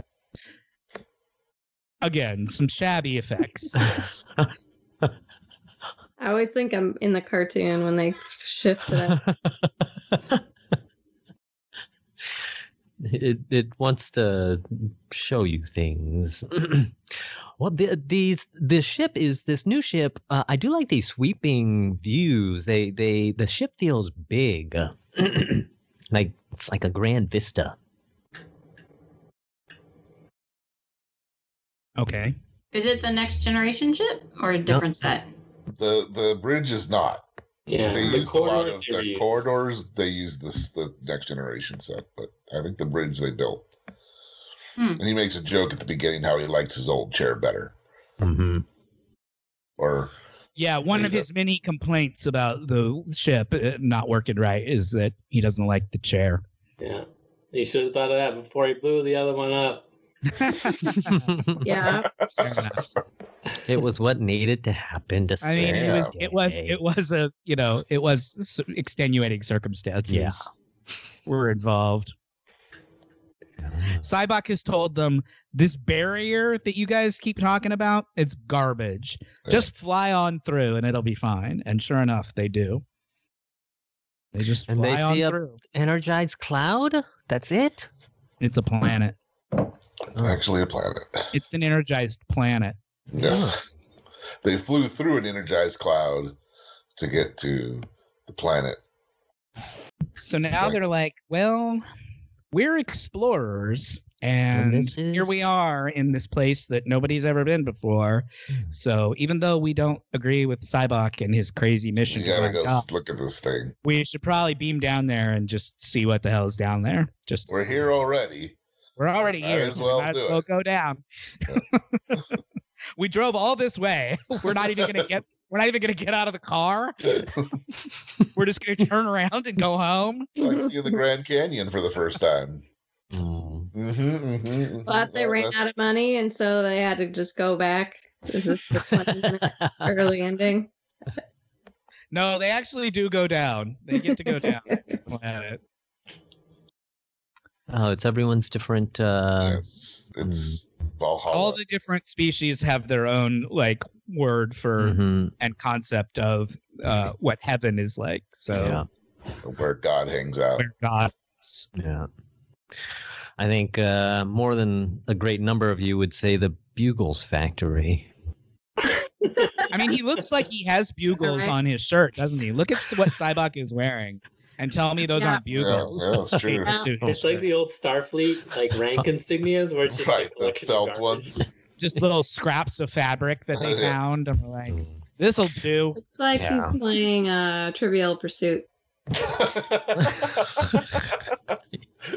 A: Again, some shabby
D: [LAUGHS]
A: effects.
D: I always think I'm in the cartoon when they shift to
A: [LAUGHS]
D: that.
E: [LAUGHS] it it wants to show you things. [CLEARS THROAT] well, the, these the ship is this new ship. Uh, I do like these sweeping views. They they the ship feels big, [CLEARS THROAT] like it's like a grand vista.
A: okay.
F: Is it the next generation ship or a different set?
B: The the bridge is not.
C: yeah,
B: They
C: the
B: used a lot of
C: corridors. they were
B: the
C: used.
B: corridors. They used this the next generation set, but I think the bridge they built.
F: Hmm.
B: And he makes a joke at the beginning how he likes his old chair better,
E: Mm-hmm.
B: or
A: Yeah, one of
B: Yeah.
A: his many complaints about the ship uh, not working right is that he doesn't like the [LAUGHS] chair.
C: Yeah, he should have thought of that before he blew the other one up.
D: [LAUGHS] Yeah.
A: Fair enough.
E: it was what needed to happen to
A: I mean, it
E: save
A: was
E: the
A: it was
E: day.
A: it was a you know it was s- extenuating circumstances were involved.
E: Yeah.
A: Cybok has told them this barrier that you guys keep talking about, it's garbage.
B: Yeah.
A: Just fly on through and it'll be fine. And sure enough, they do. They just fly
E: And they
A: on
E: see a-
A: through.
E: Energized cloud? That's it?
A: It's a planet.
B: It's actually a planet.
A: It's an energized planet.
B: Yes. They flew through an energized cloud to get to the planet.
A: So now
B: Right.
A: they're like, well, we're explorers. And,
E: this
A: here we
E: is-
A: are in this place that nobody's ever been before.
B: Hmm.
A: So even though we don't agree with Cybok and his crazy mission,
B: You
A: to find
B: gotta go
A: out,
B: look at this thing.
A: we should probably beam down there and just see what the hell is down there. Just
B: We're here already. [LAUGHS]
A: We're already
B: Might
A: here.
B: as
A: so we
B: well
A: might
B: do
A: as well
B: it.
A: go down. [LAUGHS] we drove all this way. [LAUGHS] We're not even gonna get. We're not even gonna get out of the car. We're just gonna turn around and go home.
B: like seeing the Grand Canyon for the first time. Mm-hmm, mm-hmm,
D: But they ran out of money, and so they had to just go back. This is the 20
E: [LAUGHS]
D: minute early ending.
A: No, they actually do go down. They get to go down.
B: [LAUGHS]
A: Planet.
E: Oh, it's everyone's different. Uh,
B: It's, it's
A: Um,
B: Valhalla.
A: hmm. All the different species have their own like word for
B: Mm-hmm.
E: mhm,
A: and concept of uh, what heaven is like. So
E: Yeah.
B: where God hangs out. [LAUGHS]
A: where God.
E: Yeah. I think uh, more than a great number of you would say the Bugles Factory.
A: I mean, he looks like he has bugles
D: Alright.
A: on his shirt, doesn't he? Look at what Cybok is wearing, and tell me those
D: Yeah.
A: aren't
B: Yeah,
A: bugles. [LAUGHS]
B: yeah, it's true.
A: Like, dude,
C: It's like the old Starfleet
B: [LAUGHS]
C: like rank insignias where it's just
B: Right,
C: like
B: the
C: a collection of
B: felt
C: garbage.
A: [LAUGHS]
B: ones. [LAUGHS]
A: just little scraps of fabric that they
B: Yeah.
A: found. I'm like, this'll do.
D: It's like
E: Yeah.
D: he's playing uh, Trivial Pursuit. [LAUGHS]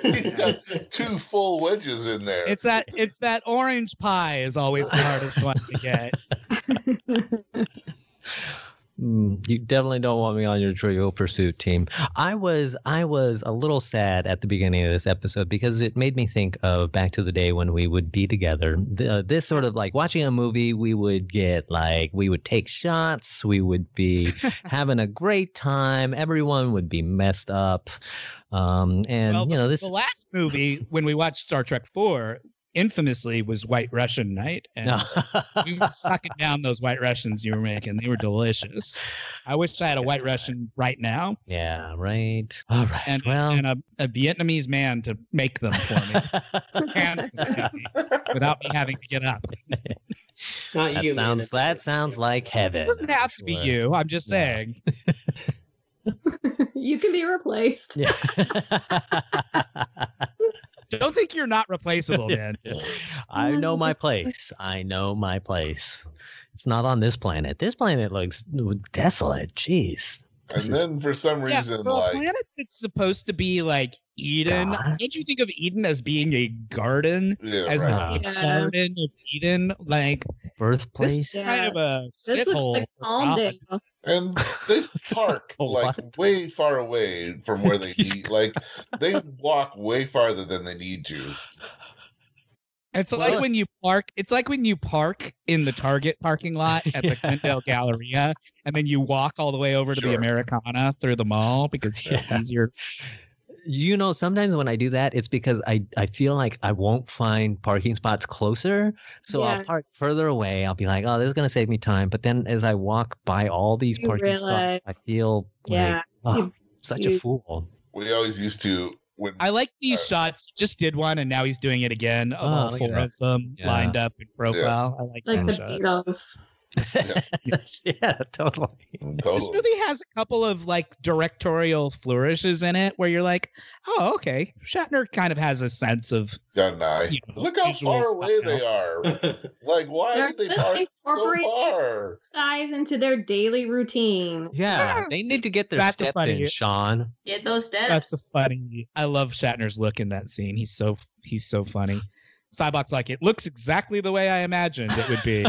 B: He's got two full wedges in there.
A: It's that. It's that orange pie is always the hardest one to get.
E: Mm, you definitely don't want me on your Trivial Pursuit team. I was I was a little sad at the beginning of this episode because it made me think of back to the day when we would be together. The, uh, this sort of like watching a movie, we would get like we would take shots, we would
A: [LAUGHS]
E: be having a great time. Everyone would be messed up, um, and
A: Well,
E: you know this. [LAUGHS]
A: The last movie when we watched Star Trek Four, infamously was White Russian night, and [LAUGHS] we were sucking down those White Russians you were making. They were delicious. I wish I had a White Russian right now.
E: yeah, right. All right.
A: and,
E: well. [LAUGHS]
A: and a, a Vietnamese man to make them for me, hand them to me without me having to get up.
C: Not you. man.
E: That sounds
C: It's-
E: that sounds
C: [LAUGHS]
E: like heaven.
A: It doesn't have to be
E: Sure.
A: you. I'm just
E: No.
A: saying.
D: you can be replaced.
E: Yeah.
A: Don't think you're not
E: [LAUGHS]
A: replaceable, man.
E: I
D: Oh,
E: know my place. I know my place. It's not on this planet. This planet looks desolate. Jeez. This
B: and
E: is-
B: then for some
A: yeah,
B: reason,
A: for a
B: like
A: planet that's supposed to be like Eden,
E: God.
A: don't you think of Eden as being a garden?
B: yeah,
A: As
B: right.
E: Uh,
A: a
D: Yeah.
A: garden of Eden, like this
E: birthplace.
A: is kind of a
D: This looks
A: shithole.
D: like Palmdale.
B: and
A: [LAUGHS]
B: they park like way far away from
A: [LAUGHS]
B: where they need. Like they walk way farther than they need to.
A: It's
E: Well,
A: like
E: it-
A: when you park. It's like when you park in the Target parking lot
E: [LAUGHS]
A: at the Glendale Galleria, and then you walk all the way over to the
B: Sure.
A: Americana through the mall because it's
E: Yeah.
A: easier.
E: You know, sometimes when I do that, it's because I, I feel like I won't find parking spots closer. So
D: Yeah.
E: I'll park further away. I'll be like, oh, this is going to save me time. But then as I walk by all these
D: You
E: parking spots, I
D: realize-
E: feel
D: Yeah.
E: like, oh,
D: you-
E: such a
D: you-
E: fool. [LAUGHS]
B: We always used to when
A: I like these
B: Uh,
A: shots. Just did one, and now he's doing it again. Of
E: Oh,
A: all
E: look at
A: four
E: that.
A: of them
E: Yeah.
A: lined up in profile. I like, that
D: Like the
A: shot.
D: Beatles.
E: yeah, totally.
A: [LAUGHS] This
B: totally.
A: movie has a couple of like directorial flourishes in it where you're like, oh, okay. Shatner kind of has a sense of
B: got an eye.
A: you know,
B: Look how
A: visual
B: far away
A: style.
B: they are. Like why
D: They're
B: did they
D: just
B: park so
D: incorporating
B: far?
D: Size into their daily routine.
E: Yeah,
D: Ah,
A: Yeah.
E: they need to get their
A: That's a
E: steps
A: funny-
E: in, Sean. [LAUGHS]
F: Get those steps.
A: That's the funny. I love Shatner's look in that scene. He's so he's so funny. Cybok's like, it looks exactly the way I imagined it would
C: [LAUGHS]
A: be.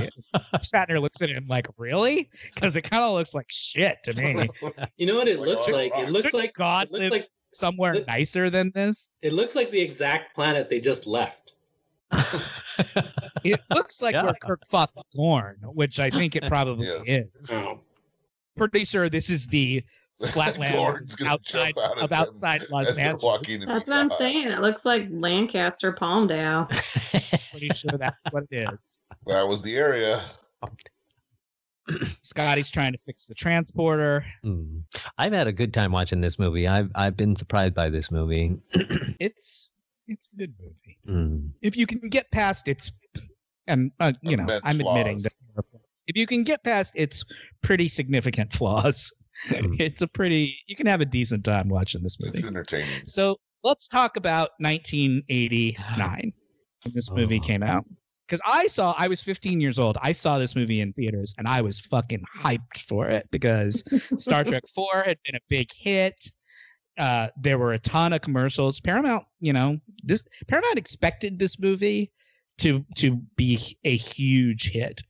A: Shatner looks at him like, really? Because it kind of looks like shit to
B: [LAUGHS]
A: me.
C: You know what it
B: Like
C: looks
B: a
C: like?
B: rock.
C: It looks
A: Shouldn't
C: like
A: God
C: it looks
A: live
C: like
A: somewhere
C: Look-
A: nicer than this.
C: it looks like the exact planet they just left.
A: It looks like
E: Yeah.
A: where Kirk fought
C: [LAUGHS]
A: Gorn, which I think it probably
B: Yes.
A: is.
C: Oh.
A: Pretty sure this is the flatlands
B: Gorn's gonna
A: outside
B: jump out
A: of
B: them
A: outside Los
B: as they're
A: Angeles.
B: walking to
D: That's
B: be
D: what I'm
B: shot.
D: saying. It looks like Lancaster, Palmdale.
A: Pretty sure that's what it is.
B: That was the area.
A: Scotty's trying to fix the transporter.
E: Hmm. I've had a good time watching this movie. I've I've been surprised by this movie.
A: It's it's a good movie
E: Hmm.
A: if you can get past its, and uh, you know
B: Immense
A: I'm admitting
B: flaws.
A: that there are flaws. if you can get past its pretty significant flaws,
E: Mm.
A: [LAUGHS] it's a pretty you can have a decent time watching this movie.
B: It's entertaining.
A: So let's talk about 1989 when this movie
E: Oh.
A: came out. Because I saw, I was 15 years old. I saw this movie in theaters and I was fucking hyped for it because Star Trek 4 had been a big hit. Uh, there were a ton of commercials. Paramount, you know, this Paramount expected this movie to to be a huge hit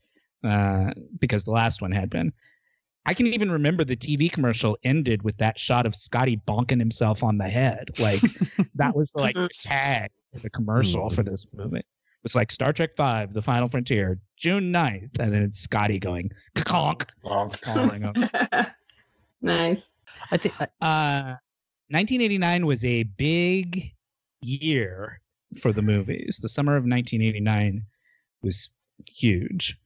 A: uh, because the last one had been. I can even remember the TV commercial ended with that shot of Scotty bonking himself on the head. Like that was like the tag for the commercial for this movie. It was like Star Trek Five, The Final Frontier, June 9th, and then it's Scotty going conk
B: [LAUGHS] Bonk.
A: falling over.
D: nice.
E: I think I-
A: Uh, 1989 was a big year for the movies. The summer of 1989 was huge.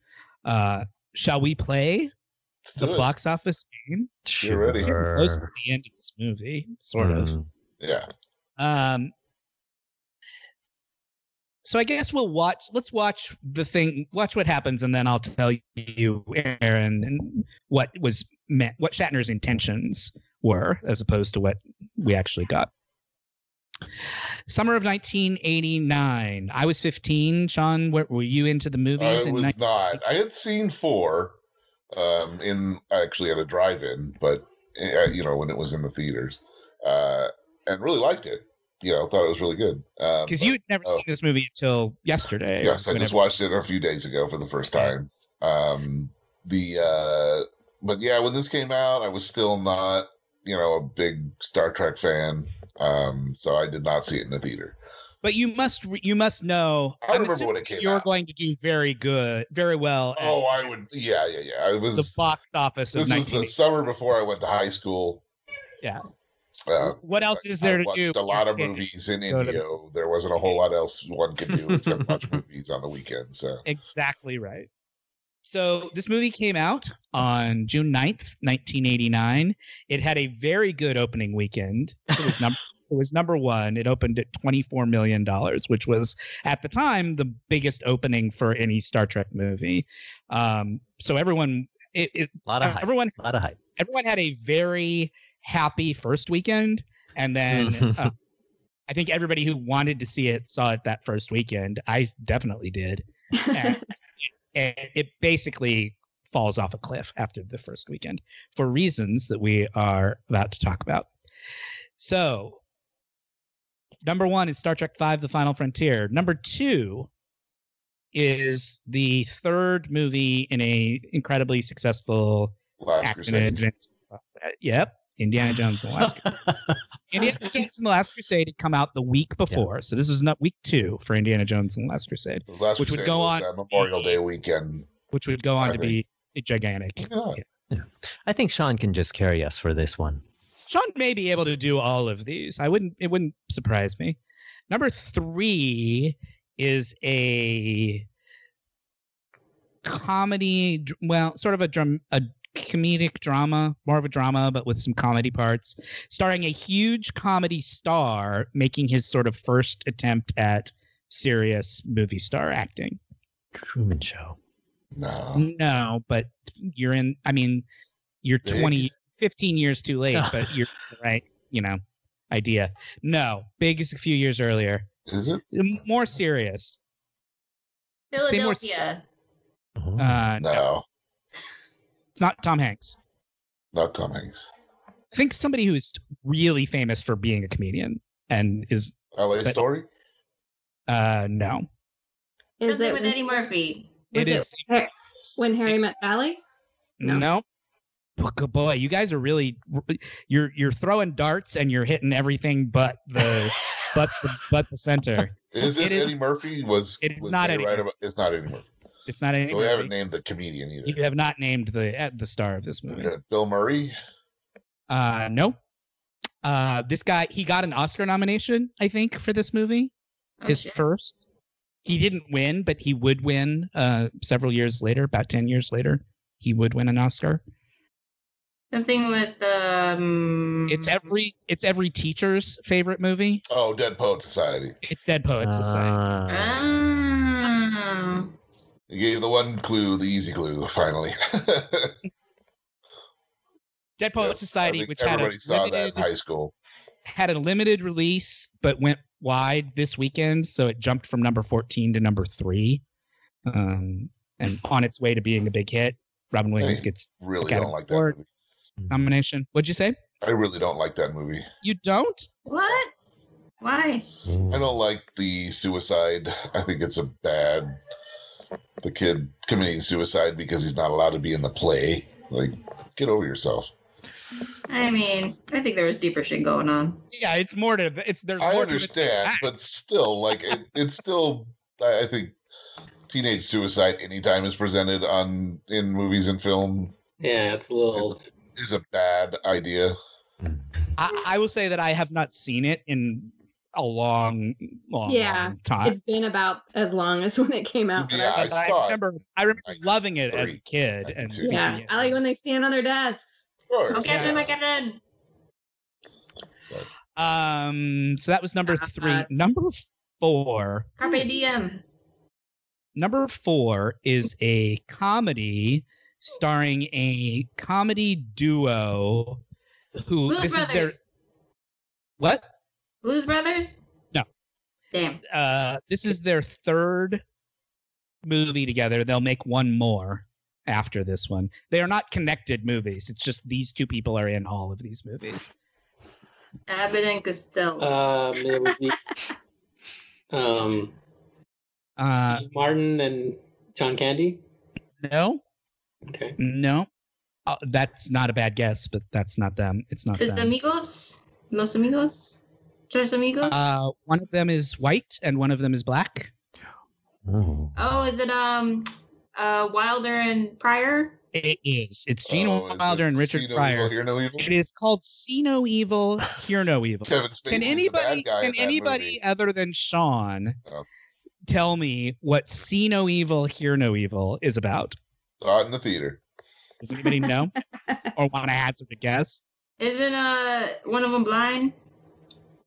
A: Uh, shall we play
B: Let's
A: the
B: do it.
A: box office game?
B: Get ready.
E: sure.
A: Close to the end of this movie, sort of.
E: Hmm.
B: Yeah.
A: Um, so I guess we'll watch. Let's watch the thing. Watch what happens, and then I'll tell you, Aaron, and what was meant, what Shatner's intentions were, as opposed to what we actually got. Summer of 1989. I was 15. Sean, were, were you into the movies?
B: I
A: in
B: was
A: 19
B: not. I had seen four, um, in actually at a drive-in, but uh, you know when it was in the theaters, uh, and really liked it. You know, thought it was really good.
A: Because
B: um,
A: you had never
B: oh.
A: seen this movie until yesterday. or
B: Yes, I just
A: whenever.
B: watched it a few days ago for the first
A: Okay.
B: time. Um, the uh, but yeah, when this came out, I was still not you know a big Star Trek fan, um, so I did not see it in the theater.
A: But you must re- you must know.
B: I
A: I'm
B: remember
A: assuming
B: when it came
A: you're
B: out.
A: going to do very good, very well. at-
B: oh, I would. Yeah, yeah, yeah. I was.
A: the box office of
B: this was the
A: 1980.
B: summer before I went to high school.
A: Yeah.
B: Uh,
A: What else is there
B: I
A: to
B: watched
A: do?
B: a lot of
A: Yeah.
B: movies in
A: Go to the-
B: Indio. There wasn't a whole lot else one could do except
A: [LAUGHS]
B: watch movies on the Uh, weekend. So
A: Exactly right. So this movie came out on June 9th, 1989. It had a very good opening weekend. It was
B: [LAUGHS]
A: number it was number 1. It opened at 24 million dollars, which was at the time the biggest opening for any Star Trek movie. Um so everyone it, it
E: A lot of hype.
A: everyone
E: A lot of hype.
A: everyone had a very happy first weekend and then uh, i think everybody who wanted to see it saw it that first weekend i definitely did and, [LAUGHS] and it basically falls off a cliff after the first weekend for reasons that we are about to talk about so number one is star trek v the final frontier number two is the third movie in a incredibly successful
B: last
A: action and
B: crusade.
A: adventure. Uh, Yep, Indiana Jones and the Last. Crusade. Indiana Jones and the Last Crusade had come out the week before, so this was not week two for Indiana Jones and the Last Crusade,
B: Last
A: Which would
B: crusade
A: go
B: was,
A: on-
B: uh, Memorial Day weekend.
A: which would go on
B: I
A: to be gigantic.
B: Yeah.
E: I think Sean can just carry us for this one.
A: Sean may be able to do all of these. I wouldn't. It wouldn't surprise me. Number three is a comedy. dr- Well, sort of a drum, a comedic drama, more of a drama, but with some comedy parts, starring a huge comedy star making his sort of first attempt at serious movie star acting.
E: Truman Show.
B: No.
A: Mm. No, but you're in. I mean, you're
B: Big.
A: 20, 15 years too
B: [LAUGHS]
A: late, but you're right. You know, idea. No, big is a few years earlier.
B: Is it?
A: M- More serious.
F: Philadelphia.
E: Oh.
A: Uh,
B: No.
A: It's not Tom Hanks.
B: Not Tom Hanks.
A: I think somebody who's really famous for being a comedian and is
B: LA
A: But-
B: story?
A: uh no.
D: Is
F: Something
D: it,
F: with Eddie Murphy.
A: It
D: was
A: is
D: Har- when Harry met Sally?
A: no.
D: No.
A: Book- oh boy, you guys are really you're you're throwing darts and you're hitting everything but the but the, but the center.
B: Is it,
A: It is-
B: Eddie Murphy? Was
A: it is
B: was
A: not
B: Jay
A: Eddie
B: right
A: Murphy.
B: about- it's not Eddie Murphy.
A: It's not any
B: So we haven't named the comedian either.
A: eh, You have not named the uh, the star of this movie.
B: Okay, Bill Murray?
A: Uh, no. Uh, this guy, he got an Oscar nomination, I think, for this movie.
F: Oh,
A: his
F: shit.
A: first. He didn't win, but he would win uh, several years later, about 10 years later. He would win an Oscar.
F: Something with um.
A: It's every it's every teacher's favorite movie.
B: Oh, Dead Poet Society.
A: oh, It's Dead Poets
B: Uh,
A: Society.
E: Ah.
F: Oh.
B: You gave the one clue, the easy clue, finally. [LAUGHS]
A: Dead Poets
B: Yes, I
A: Society,
B: think
A: which had a
B: everybody saw that
A: limited
B: in high school.
A: had a limited release but went wide this weekend so it jumped from number 14 to number 3 um, and on its way to being a big hit robin williams
B: Hey.
A: gets
B: Really
A: Academy
B: don't like that
A: Award.
B: movie.
A: Ah. nomination what'd you say
B: I really don't like that movie.
A: you don't
F: What? Why?
E: Mm.
B: I don't like the suicide. I think it's a bad. The kid committing suicide because he's not allowed to be in the play. Like, get over yourself.
F: I mean, I think there was deeper shit going on.
A: yeah it's more to it's there's
B: I
A: more to it.
B: understand, but still, like, it, it's still. I I think teenage suicide, anytime is presented on in movies and film,
C: Yeah, it's a little.
B: is a bad idea.
A: I, I will say that i have not seen it in a long long,
D: Yeah,
A: long time
D: It's been about as long as [LAUGHS] when it came out. but I-
B: Yeah, I
A: But I,
B: saw it.
A: remember i remember
B: Like
A: loving it as a
B: three.
A: kid
B: Like
A: and
B: two.
A: thinking
D: yeah.
A: it
D: I like when they
A: was-
D: stand on their desks.
B: Sure.
F: Okay,
A: Yeah.
F: then I got it.
A: um so that was number three
D: God.
A: number four
F: Carpe diem.
A: Number four is a comedy starring a comedy duo who
F: Blues
A: this
F: Brothers.
A: is their what?
F: Blues Brothers.
A: No.
F: Damn.
A: Uh, this is their third movie together. They'll make one more after this one. They are not connected movies. It's just these two people are in all of these movies.
F: Abbott and Costello.
A: Ah,
C: Um, it would be um,
A: Uh,
C: Steve Martin and John Candy.
A: no,
C: Okay.
A: no, uh, that's not a bad guess, but that's not them. It's not
F: Tus
A: them.
F: amigos. Los amigos. Tres amigos.
A: Uh, one of them is white and one of them is black.
E: Oh.
F: oh, is it um, uh, Wilder and Pryor?
A: It is. It's Gene
B: Oh, is
A: Wilder
B: it
A: and Richard
B: See No
A: Pryor.
B: Evil, Hear no evil?
A: It is called See No Evil, Hear No Evil.
B: Kevin Spacey's
A: Can
B: the bad
A: anybody
B: guy in
A: can
B: that
A: anybody
B: movie.
A: other than Sean
B: Oh.
A: tell me what See No Evil, Hear No Evil is about?
B: saw it in the theater?
A: Does anybody know or want to answer the guess?
F: Isn't uh one of them blind?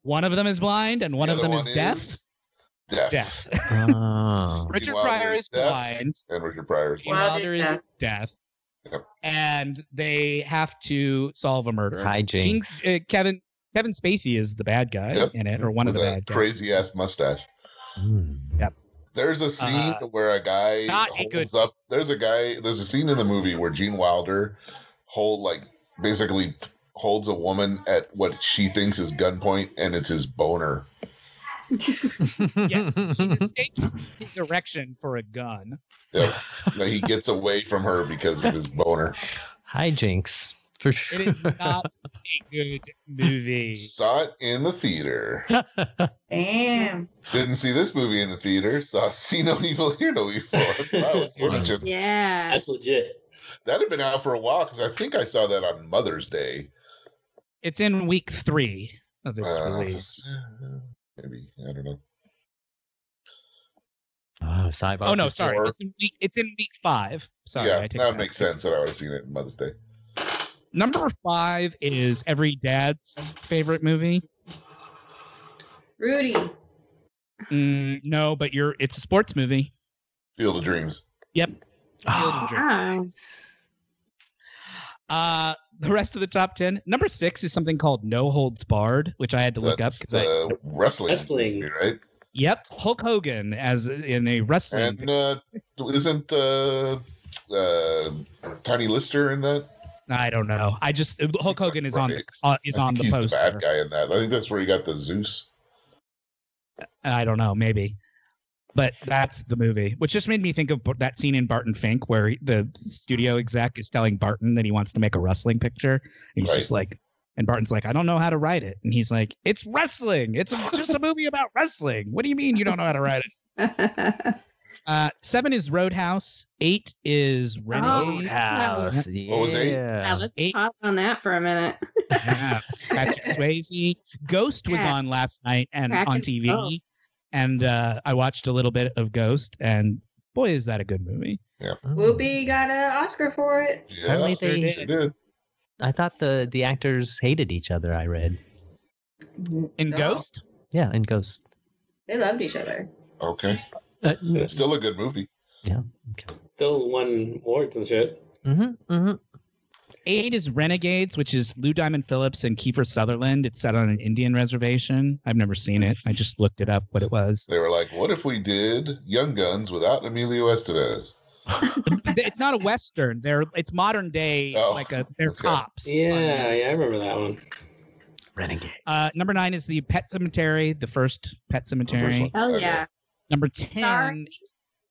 A: One of them is blind and one
B: The
A: of
B: other
A: them is deaf.
B: Deaf. [LAUGHS]
A: Deaf. [LAUGHS]
E: Oh.
A: Richard
B: Wilder
A: Pryor
B: is
A: is
B: deaf.
A: blind.
B: And Richard Pryor. is
A: Gene
B: blind.
F: Wilder's
A: Wilder is
F: deaf.
A: deaf.
B: Yep.
A: And they have to solve a murder. Gene,
E: Hijinks.
A: uh, Kevin Kevin Spacey is the bad guy
B: Yep.
A: in it, or one of the
B: With a
A: bad guys.
B: crazy ass mustache.
E: Mm.
B: There's a scene
A: Uh,
B: where a guy
A: not a
B: holds
A: good-
B: up. There's a guy. There's a scene in the movie where Gene Wilder hold like basically holds a woman at what she thinks is gunpoint, and it's his boner.
A: yes, she mistakes his erection for a gun.
B: Yep. Like, he gets away from her because of
A: [LAUGHS]
B: his boner.
E: Hijinks for
A: It
B: [LAUGHS]
E: sure.
A: is not a good movie.
B: Saw it in the theater.
F: Damn.
B: Didn't see this movie in the theater. Saw See No Evil, Hear No Evil. That's what I
A: [LAUGHS]
B: was watching.
D: Yeah.
C: That's legit.
B: That had been out for a while because I think I saw that on Mother's Day.
A: It's in week three of its
B: Uh,
A: release.
B: Maybe I don't know.
E: [LAUGHS] Oh, sidebar.
A: Oh no,
E: just-
A: sorry,
B: four.
A: it's in week it's in week five. Sorry,
B: yeah,
A: I take
B: that would
A: back.
B: make sense that I would have seen it on Mother's Day.
A: Number five is every dad's favorite movie.
F: Rudy.
A: Mm, no, but you're it's a sports
B: [GASPS]
A: movie.
B: Field of Dreams.
A: Field
B: Ah.
D: [SIGHS]
A: of Dreams.
D: Wow.
A: Uh, the rest of the top ten. Number six is something called No Holds Barred, which I had to look
B: That's uh,
A: up because I
B: the wrestling,
C: Wrestling.
B: movie, right?
A: Yep, Hulk Hogan as in a wrestling.
B: And uh, isn't uh, uh, Tiny Lister in that?
A: I don't know. I just Hulk Hogan is on the
B: Right.
A: uh, is
B: I
A: on
B: think
A: the
B: he's
A: poster.
B: the bad guy in that. I think that's where he got the Zeus.
A: I don't know, maybe. But that's the movie, which just made me think of Bar- that scene in Barton Fink where he- the studio exec is telling Barton that he wants to make a wrestling picture. And he's
B: Right.
A: just like, and Barton's like, I don't know how to write it. And he's like, It's wrestling. It's a- just a movie about wrestling. What do you mean you don't know how to write it? Uh, seven is Roadhouse. Eight is Renegade.
E: Roadhouse.
B: What was eight?
D: Yeah,
E: Yeah.
D: let's
A: Uh, Eight.
D: pause on that for a minute.
A: Yeah. Patrick Swayze. Ghost was
D: Yeah.
A: on last night and
D: Crack
A: on
D: and
A: TV.
D: Skull.
A: And uh, I watched a little bit of Ghost, and boy, is that a good movie.
E: Mm.
F: Whoopi got an Oscar for it.
B: Yeah,
E: Apparently they-
B: sure did.
E: I thought the the actors hated each other. I read.
A: In
F: No,
A: Ghost?
E: Yeah, in Ghost.
F: They loved each other.
B: Okay,
E: Uh,
B: it's still a good movie.
C: Still won awards and shit.
E: mhm, mhm.
A: Eight is Renegades, which is Lou Diamond Phillips and Kiefer Sutherland. It's set on an Indian reservation. I've never seen it. I just looked it up what it was.
B: They were like, "What if we did Young Guns without Emilio Estevez?"
A: it's not a western. They're it's modern day
B: Oh,
A: like a they're
B: okay.
A: cops.
C: Yeah, yeah, I remember that one.
E: Renegade.
A: Uh, number nine is the Pet Cemetery, the first Pet Cemetery.
B: one.
D: Oh
B: Okay.
D: yeah,
A: Number ten,
D: Sorry,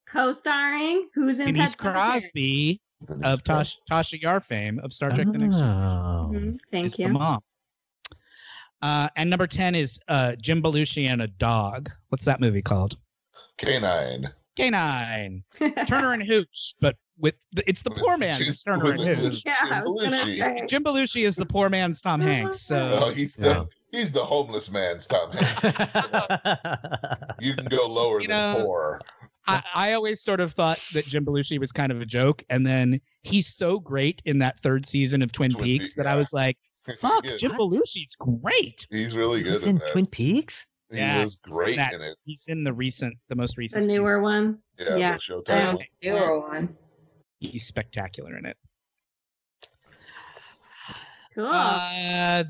D: co-starring who's in
A: Denise
D: Pet
A: Crosby of Tosh, Tasha Yar fame of Star Trek: The Next Generation.
E: Oh.
D: Cemetery? Mhm,
A: is
D: Thank
A: the
D: you.
A: mom. Uh, and number ten is uh, Jim Belushi and a dog. What's that movie called?
B: Canine.
D: [LAUGHS]
A: Canine. Turner and Hooch, but with the, it's the poor man. It's
D: [LAUGHS]
A: Turner and Hooch.
D: Yeah, I was gonna
B: Belushi.
D: say.
A: Jim Belushi is the poor man's
D: [LAUGHS]
A: Tom Hanks.
B: Oh,
A: So
B: he's
E: Yeah.
B: the he's the homeless man's Tom Hanks.
E: Mm-hmm.
B: You can
A: [LAUGHS]
B: go lower
A: You
B: than
A: know-
B: poor.
A: I, I always sort of thought that Jim Belushi was kind of a joke, and then he's so great in that third season of Twin,
B: Twin
A: Peaks
B: Peaks,
A: that I
B: yeah.
A: was like,
B: He's [LAUGHS]
A: "Fuck,
B: good.
A: Jim Belushi's great."
B: He's
E: [LAUGHS]
B: really good
E: He's
B: in
E: in
B: that.
E: Twin Peaks.
B: he
A: Yeah,
B: was
A: he's in
B: great
A: that.
B: in it.
A: He's in the recent, the most
D: The
A: recent. season.
D: newer one.
B: Yeah,
D: Yeah.
B: the Showtime.
F: Um,
B: one.
F: newer one.
A: He's spectacular in it.
D: Cool.
A: Uh,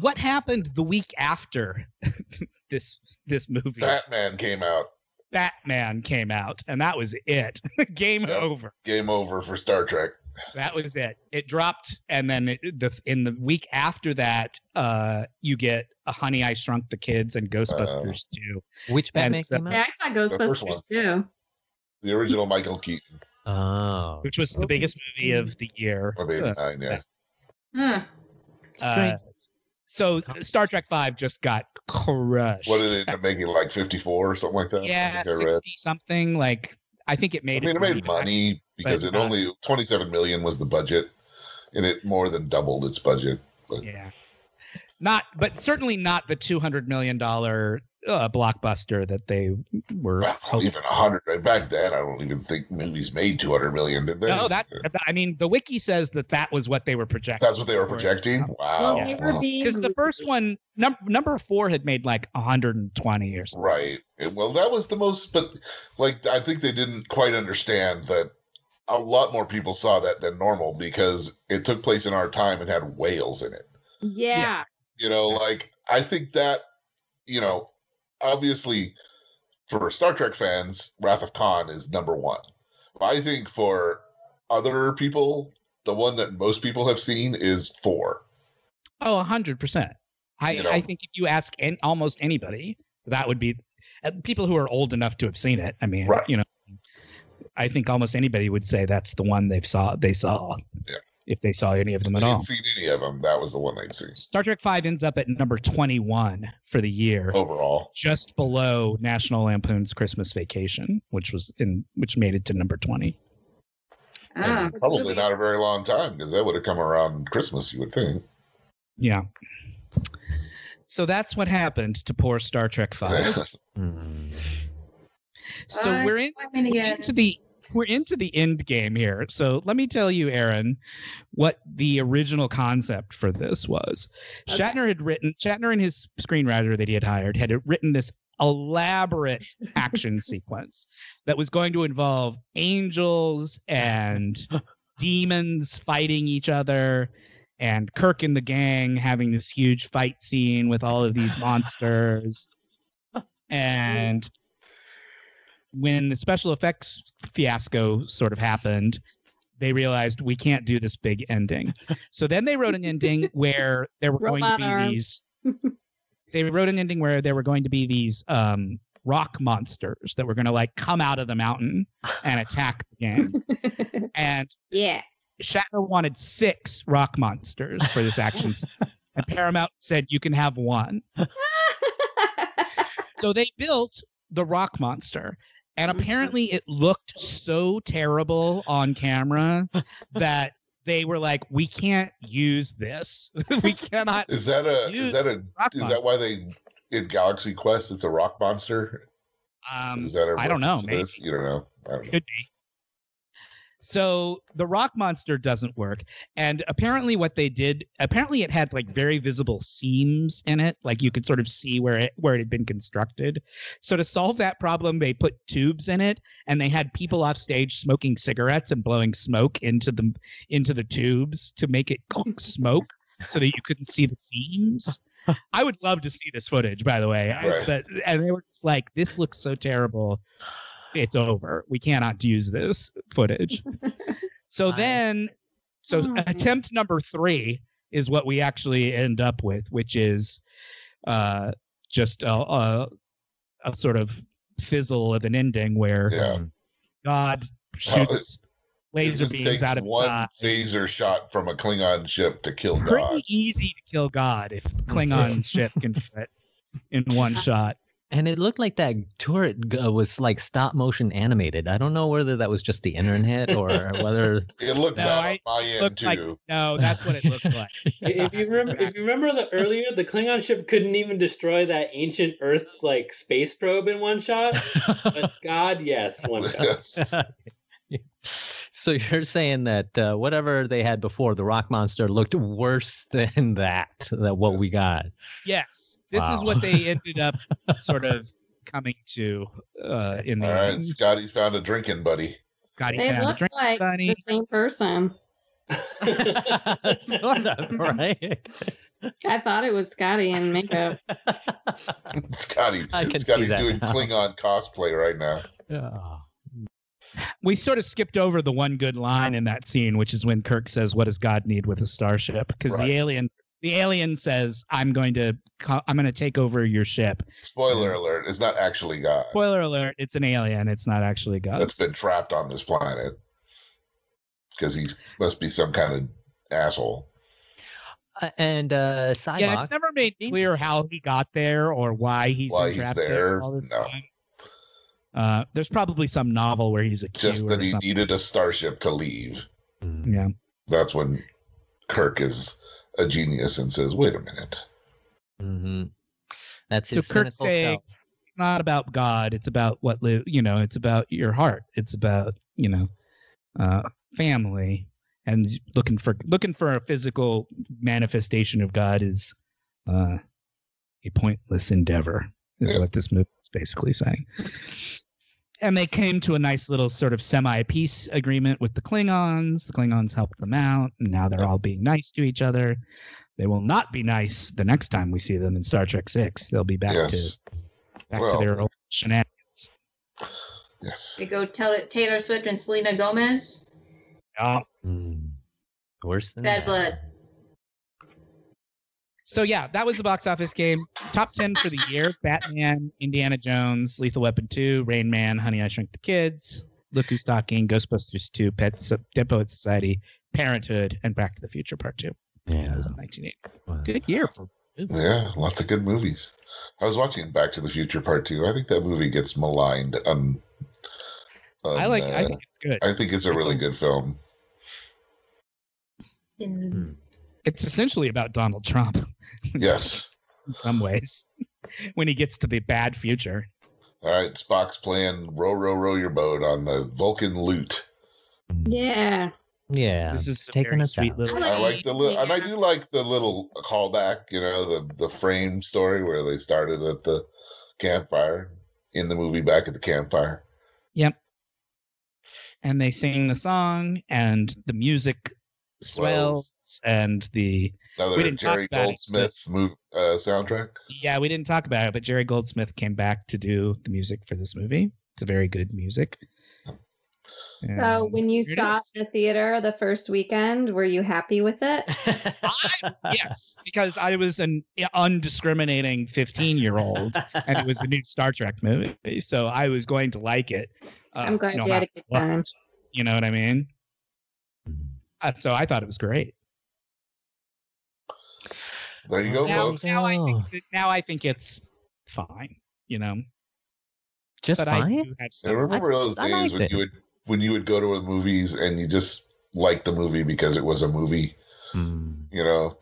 A: what happened the week after [LAUGHS] this this movie?
B: Batman came out.
A: Batman came out, and that was it. [LAUGHS] Game
B: Yep.
A: over.
B: Game over for Star Trek.
A: That was it. It dropped, and then it, the, in the week after that, uh, you get a Honey I Shrunk the Kids and Ghostbusters
B: Uh.
A: too.
E: Which
A: And
E: Batman
A: so-
E: came
D: yeah,
E: out?
D: I saw
B: first one.
D: Ghostbusters too.
B: The original Michael Keaton.
E: Oh.
A: which was the biggest movie of the year.
B: Of 89, yeah.
F: Huh.
A: Uh, so Star Trek Five just got crushed.
B: What did it end up making? Like 54 or something like that? I
A: yeah,
B: think I read.
A: sixty something. Like I think it
B: I
A: made.
B: mean, it
A: through
B: made
A: the-
B: money because it
A: uh,
B: only 27 million was the budget, and it more than doubled its budget.
A: Yeah, not, but certainly not the two hundred million dollar uh, blockbuster that they were.
B: Well, not
A: hoping-
B: even 100 right back then. I don't even think movies made 200 million, did they?
A: No, that I mean, the wiki says that that was what they were projecting.
B: that's what they were projecting. Wow.
A: Uh,
D: Well, they were being
A: Because the first one, num- number four, had made like 120 or something.
B: Right. And, Well, that was the most, but like, I think they didn't quite understand that a lot more people saw that than normal because it took place in our time and had whales in it.
D: Yeah.
B: You know, like, I think that, you know, obviously for Star Trek fans, Wrath of Khan is number one. I think for other people, the one that most people have seen is four.
A: Oh, 100%. I,
B: You know.
A: I think if you ask an almost anybody, that would be uh, people who are old enough to have seen it. I mean,
B: Right.
A: you know, I think almost anybody would say that's the one they've saw they saw.
B: Yeah.
A: If they saw any of them
B: If
A: at
B: you
A: all.
B: hadn't seen any of them. That was the one they'd seen
A: Star Trek 5 ends up at number 21 for the year.
B: Oh. overall.
A: Just below National Lampoon's Christmas Vacation, which was in which made it to number twenty.
F: Ah.
B: And probably not a very long time because that would have come around Christmas, you would think. [LAUGHS]
A: Yeah. So that's what happened to poor Star Trek Five. Mm-hmm.
E: Hmm.
A: so
F: Uh,
A: we're in
F: Batman
A: we're
F: again.
A: into the we're into the end game here. So let me tell you, Aaron, what the original concept for this was.
D: Okay.
A: Shatner had written Shatner and his screenwriter that he had hired had written this elaborate action sequence that was going to involve angels and demons fighting each other and Kirk and the gang having this huge fight scene with all of these monsters. And when the special effects fiasco sort of happened, they realized we can't do this big ending. So then they wrote an ending where there were going to
D: Robot
A: be
D: arms.
A: these they wrote an ending where there were going to be these um rock monsters that were going to like come out of the mountain and attack the gang. and
D: yeah.
A: Shatner wanted six rock monsters for this action. sequence, and Paramount said you can have one. So they built the rock monster. And apparently it looked so terrible on camera that they were like, we can't use this. [LAUGHS] we cannot.
B: Is that a
A: You-
B: is that a
A: rock
B: is
A: monster."
B: that why they in Galaxy Quest it's a rock monster?
A: Um,
B: Is that a
A: I don't know,
B: reference to
A: maybe.
B: This? You don't know. I don't know.
A: could be. So the rock monster doesn't work. And apparently, what they did, apparently, it had like very visible seams in it. Like you could sort of see where it where it had been constructed. So to solve that problem, they put tubes in it, and they had people off stage smoking cigarettes and blowing smoke into the into the tubes to make it smoke, so that you couldn't see the seams. I would love to see this footage, by the way. I-
B: Right.
A: but, and they were just like, "This looks so terrible. It's over. We cannot use this footage." So
E: Wow.
A: then, so
D: Oh.
A: attempt number three is what we actually end up with, which is uh, just a, a, a sort of fizzle of an ending where
E: Mm-hmm.
B: Yeah.
A: God shoots
B: It
A: laser
B: just
A: beams
B: takes
A: out of his
B: one
A: eye.
B: phaser shot from a Klingon ship to kill
A: Pretty
B: God.
A: easy to kill God if Klingon ship can do it in one shot.
E: And it looked like that turret uh, was like stop motion animated. I don't know whether that was just the internet or whether. [LAUGHS]
B: It looked
A: No,
B: bad
A: I-
B: on my end
A: looked
B: too. [LAUGHS]
A: like- [LAUGHS] No, that's what it looked like.
C: If you remember, if you remember the earlier, the Klingon ship couldn't even destroy that ancient Earth like space probe in
A: [LAUGHS]
C: one shot. But God, yes,
B: [LAUGHS]
C: one shot.
B: Yes.
E: so you're saying that uh, whatever they had before, the rock monster looked worse than that. That what we got.
A: Yes, this is
E: Wow.
A: what they ended up sort of coming to uh, in the
B: All right,
A: end.
B: Scotty found a drinking buddy. [LAUGHS]
A: Scotty
D: They
A: found a
D: look
A: drink
D: like
A: buddy.
D: the same person.
E: [LAUGHS] sort of, right?
B: [LAUGHS]
D: I thought it was Scotty
A: [LAUGHS]
D: in makeup.
B: Scotty,
E: I can see
B: Scotty's
E: that
B: doing
E: now.
B: Klingon cosplay right now.
E: Oh.
A: We sort of skipped over the one good line in that scene, which is when Kirk says, "What does God need with a starship?" Because
B: Right.
A: the alien, the alien says, "I'm going to, co- I'm going to take over your ship."
B: Spoiler alert: It's not actually God
A: Spoiler alert: It's an alien. It's not actually God.
B: that's been trapped on this planet because he must be some kind of asshole.
E: Uh, and uh, Psylocke.
A: yeah, it's never made
E: Jesus.
A: clear how he got there or why he's
B: Why
A: been
B: he's
A: trapped
B: there,
A: all this
B: no.
A: time. Uh, there's probably some novel where he's a Q
B: Just
A: or
B: that he
A: something.
B: needed a starship to leave.
E: Mm.
A: Yeah.
B: That's when Kirk is a genius and says, "Wait a minute."
E: hmm That's
A: So
E: his
A: Kirk's
E: cynical
A: saying, it's not about God. It's about what live. You know, it's about your heart. It's about you know, uh, family and looking for looking for a physical manifestation of God is uh, a pointless endeavor. Is
B: Yeah.
A: what this movie is basically saying. And they came to a nice little sort of semi peace agreement with the Klingons. The Klingons helped them out, and now they're all being nice to each other. They will not be nice the next time we see them in Star Trek Six. They'll be back to
B: yes,
A: back
B: Well-
A: to their old shenanigans.
B: yes.
F: They go tell it Taylor Swift and Selena Gomez.
E: self. Mm. Worse than
F: Bad
E: that.
F: blood.
A: So yeah, that was the box office game. Top ten for the year: Batman, Indiana Jones, Lethal Weapon Two, Rain Man, Honey I Shrunk the Kids, Look Who's Talking, Ghostbusters Two, Pet Sep- Dead Poets Society, Parenthood, and Back to the Future Part Two. That
E: Yeah.
A: was 1980.
E: well,
A: Good year for
B: Yeah, lots of good movies. I was watching Back to the Future Part Two. I think that movie gets maligned. Um,
A: I like. I
B: uh,
A: think it's good.
B: I think it's a
A: it's
B: really
A: a- [LAUGHS]
B: good film.
F: And
A: It's essentially about Donald Trump
B: Yes.
A: [LAUGHS] in some ways. [LAUGHS] When he gets to the bad future,
B: All right, Spock's playing "Row, Row, Row Your Boat" on the Vulcan lute.
D: Yeah.
E: yeah.
A: this is a
E: taking
A: very
E: us
A: sweet
E: out.
A: little.
B: I like the li- and I do like the little callback. You know, the the frame story where they started at the campfire in the movie back at the campfire.
A: and they sing the song and the music swells
B: Swells.
A: and the We
B: Another
A: didn't talk
B: Jerry
A: about it,
B: Goldsmith move uh, soundtrack.
A: yeah we didn't talk about it but jerry goldsmith came back to do the music for this movie it's a very good music
D: Oh, So
A: And-
D: when you
A: Here it
D: saw it
A: is.
D: in the theater the first weekend, were you happy with it?
A: Uh, yes because i was an undiscriminating 15 year
D: [LAUGHS]
A: old and it was a new star trek movie so i was going to like it uh,
D: I'm glad
A: no
D: you had a
A: matter
D: good
A: what.
D: time.
A: you know what i mean Uh, so i thought it was great
B: There
A: Mm-hmm.
B: you go,
A: now,
B: folks.
A: now I
E: Oh.
A: think s- now I think it's fine. You know,
E: Just
A: but I
E: fine.
A: do have
B: I
A: some.
B: remember
E: I-
B: those
E: I
B: days
E: liked
B: when
E: it.
B: you would when you would go to the movies and you just liked the movie because it was a movie.
E: Hmm.
B: You know,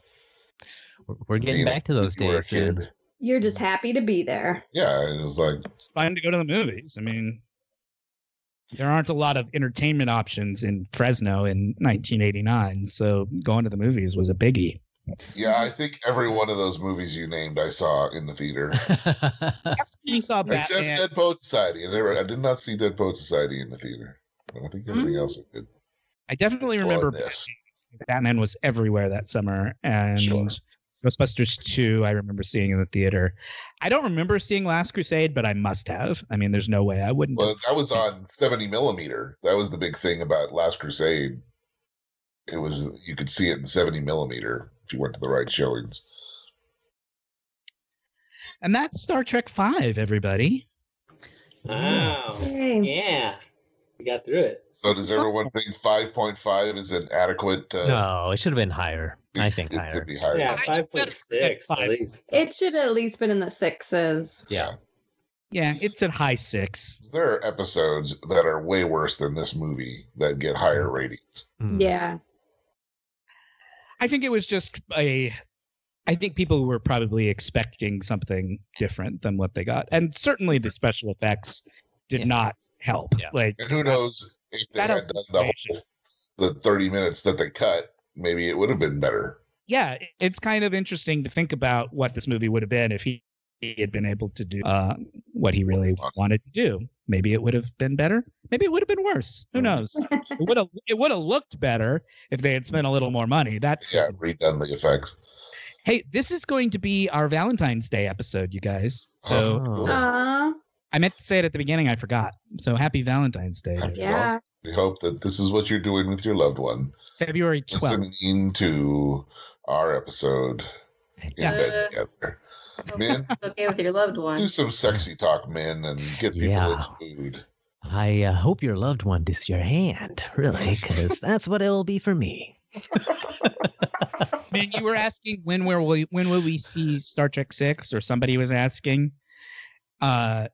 E: We're- We're getting
B: being-
E: back to those
B: you were a
E: days. and-
B: kid.
D: You're just happy to be there.
B: Yeah, it was like
A: It's fine to go to the movies. I mean, there aren't a lot of entertainment options in Fresno in 1989, so going to the movies was a biggie.
B: yeah. I think every one of those movies you named, I saw in the theater.
E: [LAUGHS]
A: You saw
B: Except
A: Batman.
B: Dead Poet Society. I never, I did not see Dead Poet Society in the theater. I don't think everything else I did.
A: I definitely
B: Or
A: remember
B: this.
A: Batman was everywhere that summer, and
B: Sure.
A: Ghostbusters 2, I remember seeing in the theater. I don't remember seeing Last Crusade, but I must have. I mean, there's no way I wouldn't.
B: Well, that was on seventy millimeter. That was the big thing about Last Crusade. It was you could see it in seventy millimeter if you went to the right showings.
A: and that's Star Trek 5, everybody.
C: Wow.
D: Yay.
C: Yeah. We got through it.
B: So does everyone think five point five is an adequate? Uh,
E: no, it should have been higher. I think
B: it could [LAUGHS]
E: higher.
B: be higher.
C: Yeah,
A: I
C: five
A: just
C: point
A: better
C: six
A: five.
C: at least.
D: It should have at least been in the sixes.
E: Yeah.
A: Yeah, it's at high six.
B: There are episodes that are way worse than this movie that get higher ratings.
E: Hmm.
D: Yeah.
A: I think it was just a. I think people were probably expecting something different than what they got, and certainly the special effects did
E: Yeah.
A: not help.
E: Yeah.
A: Like
B: And who knows if they
A: That
B: had
A: helps
B: done the,
A: information.
B: whole, the thirty minutes that they cut, maybe it would have been better.
A: yeah, it- it's kind of interesting to think about what this movie would have been if he, he had been able to do uh, what he really wanted to do. Maybe it would have been better. Maybe it would have been worse. Who knows? it would have it would have looked better if they had spent a little more money. That's
B: Yeah, redone the effects.
A: hey, this is going to be our Valentine's Day episode, you guys. So.
B: Uh-huh.
A: uh,
D: Aw,
E: Oh.
A: I meant to say it at the beginning. I forgot. So happy Valentine's Day,
B: Happy-
D: yeah.
B: We hope that this is what you're doing with your loved one.
A: February twelfth.
B: Listening to our episode in
A: Yeah.
B: bed together. Man,
F: It's Uh, okay with your loved
B: do
F: one.
B: some sexy talk, men, and get people
E: Yeah.
B: in the mood.
E: I uh, hope your loved one dips your hand, really, because that's what it'll be for me.
A: Man, you were asking when where will we, when will we see Star Trek Six, or somebody was asking. Uh,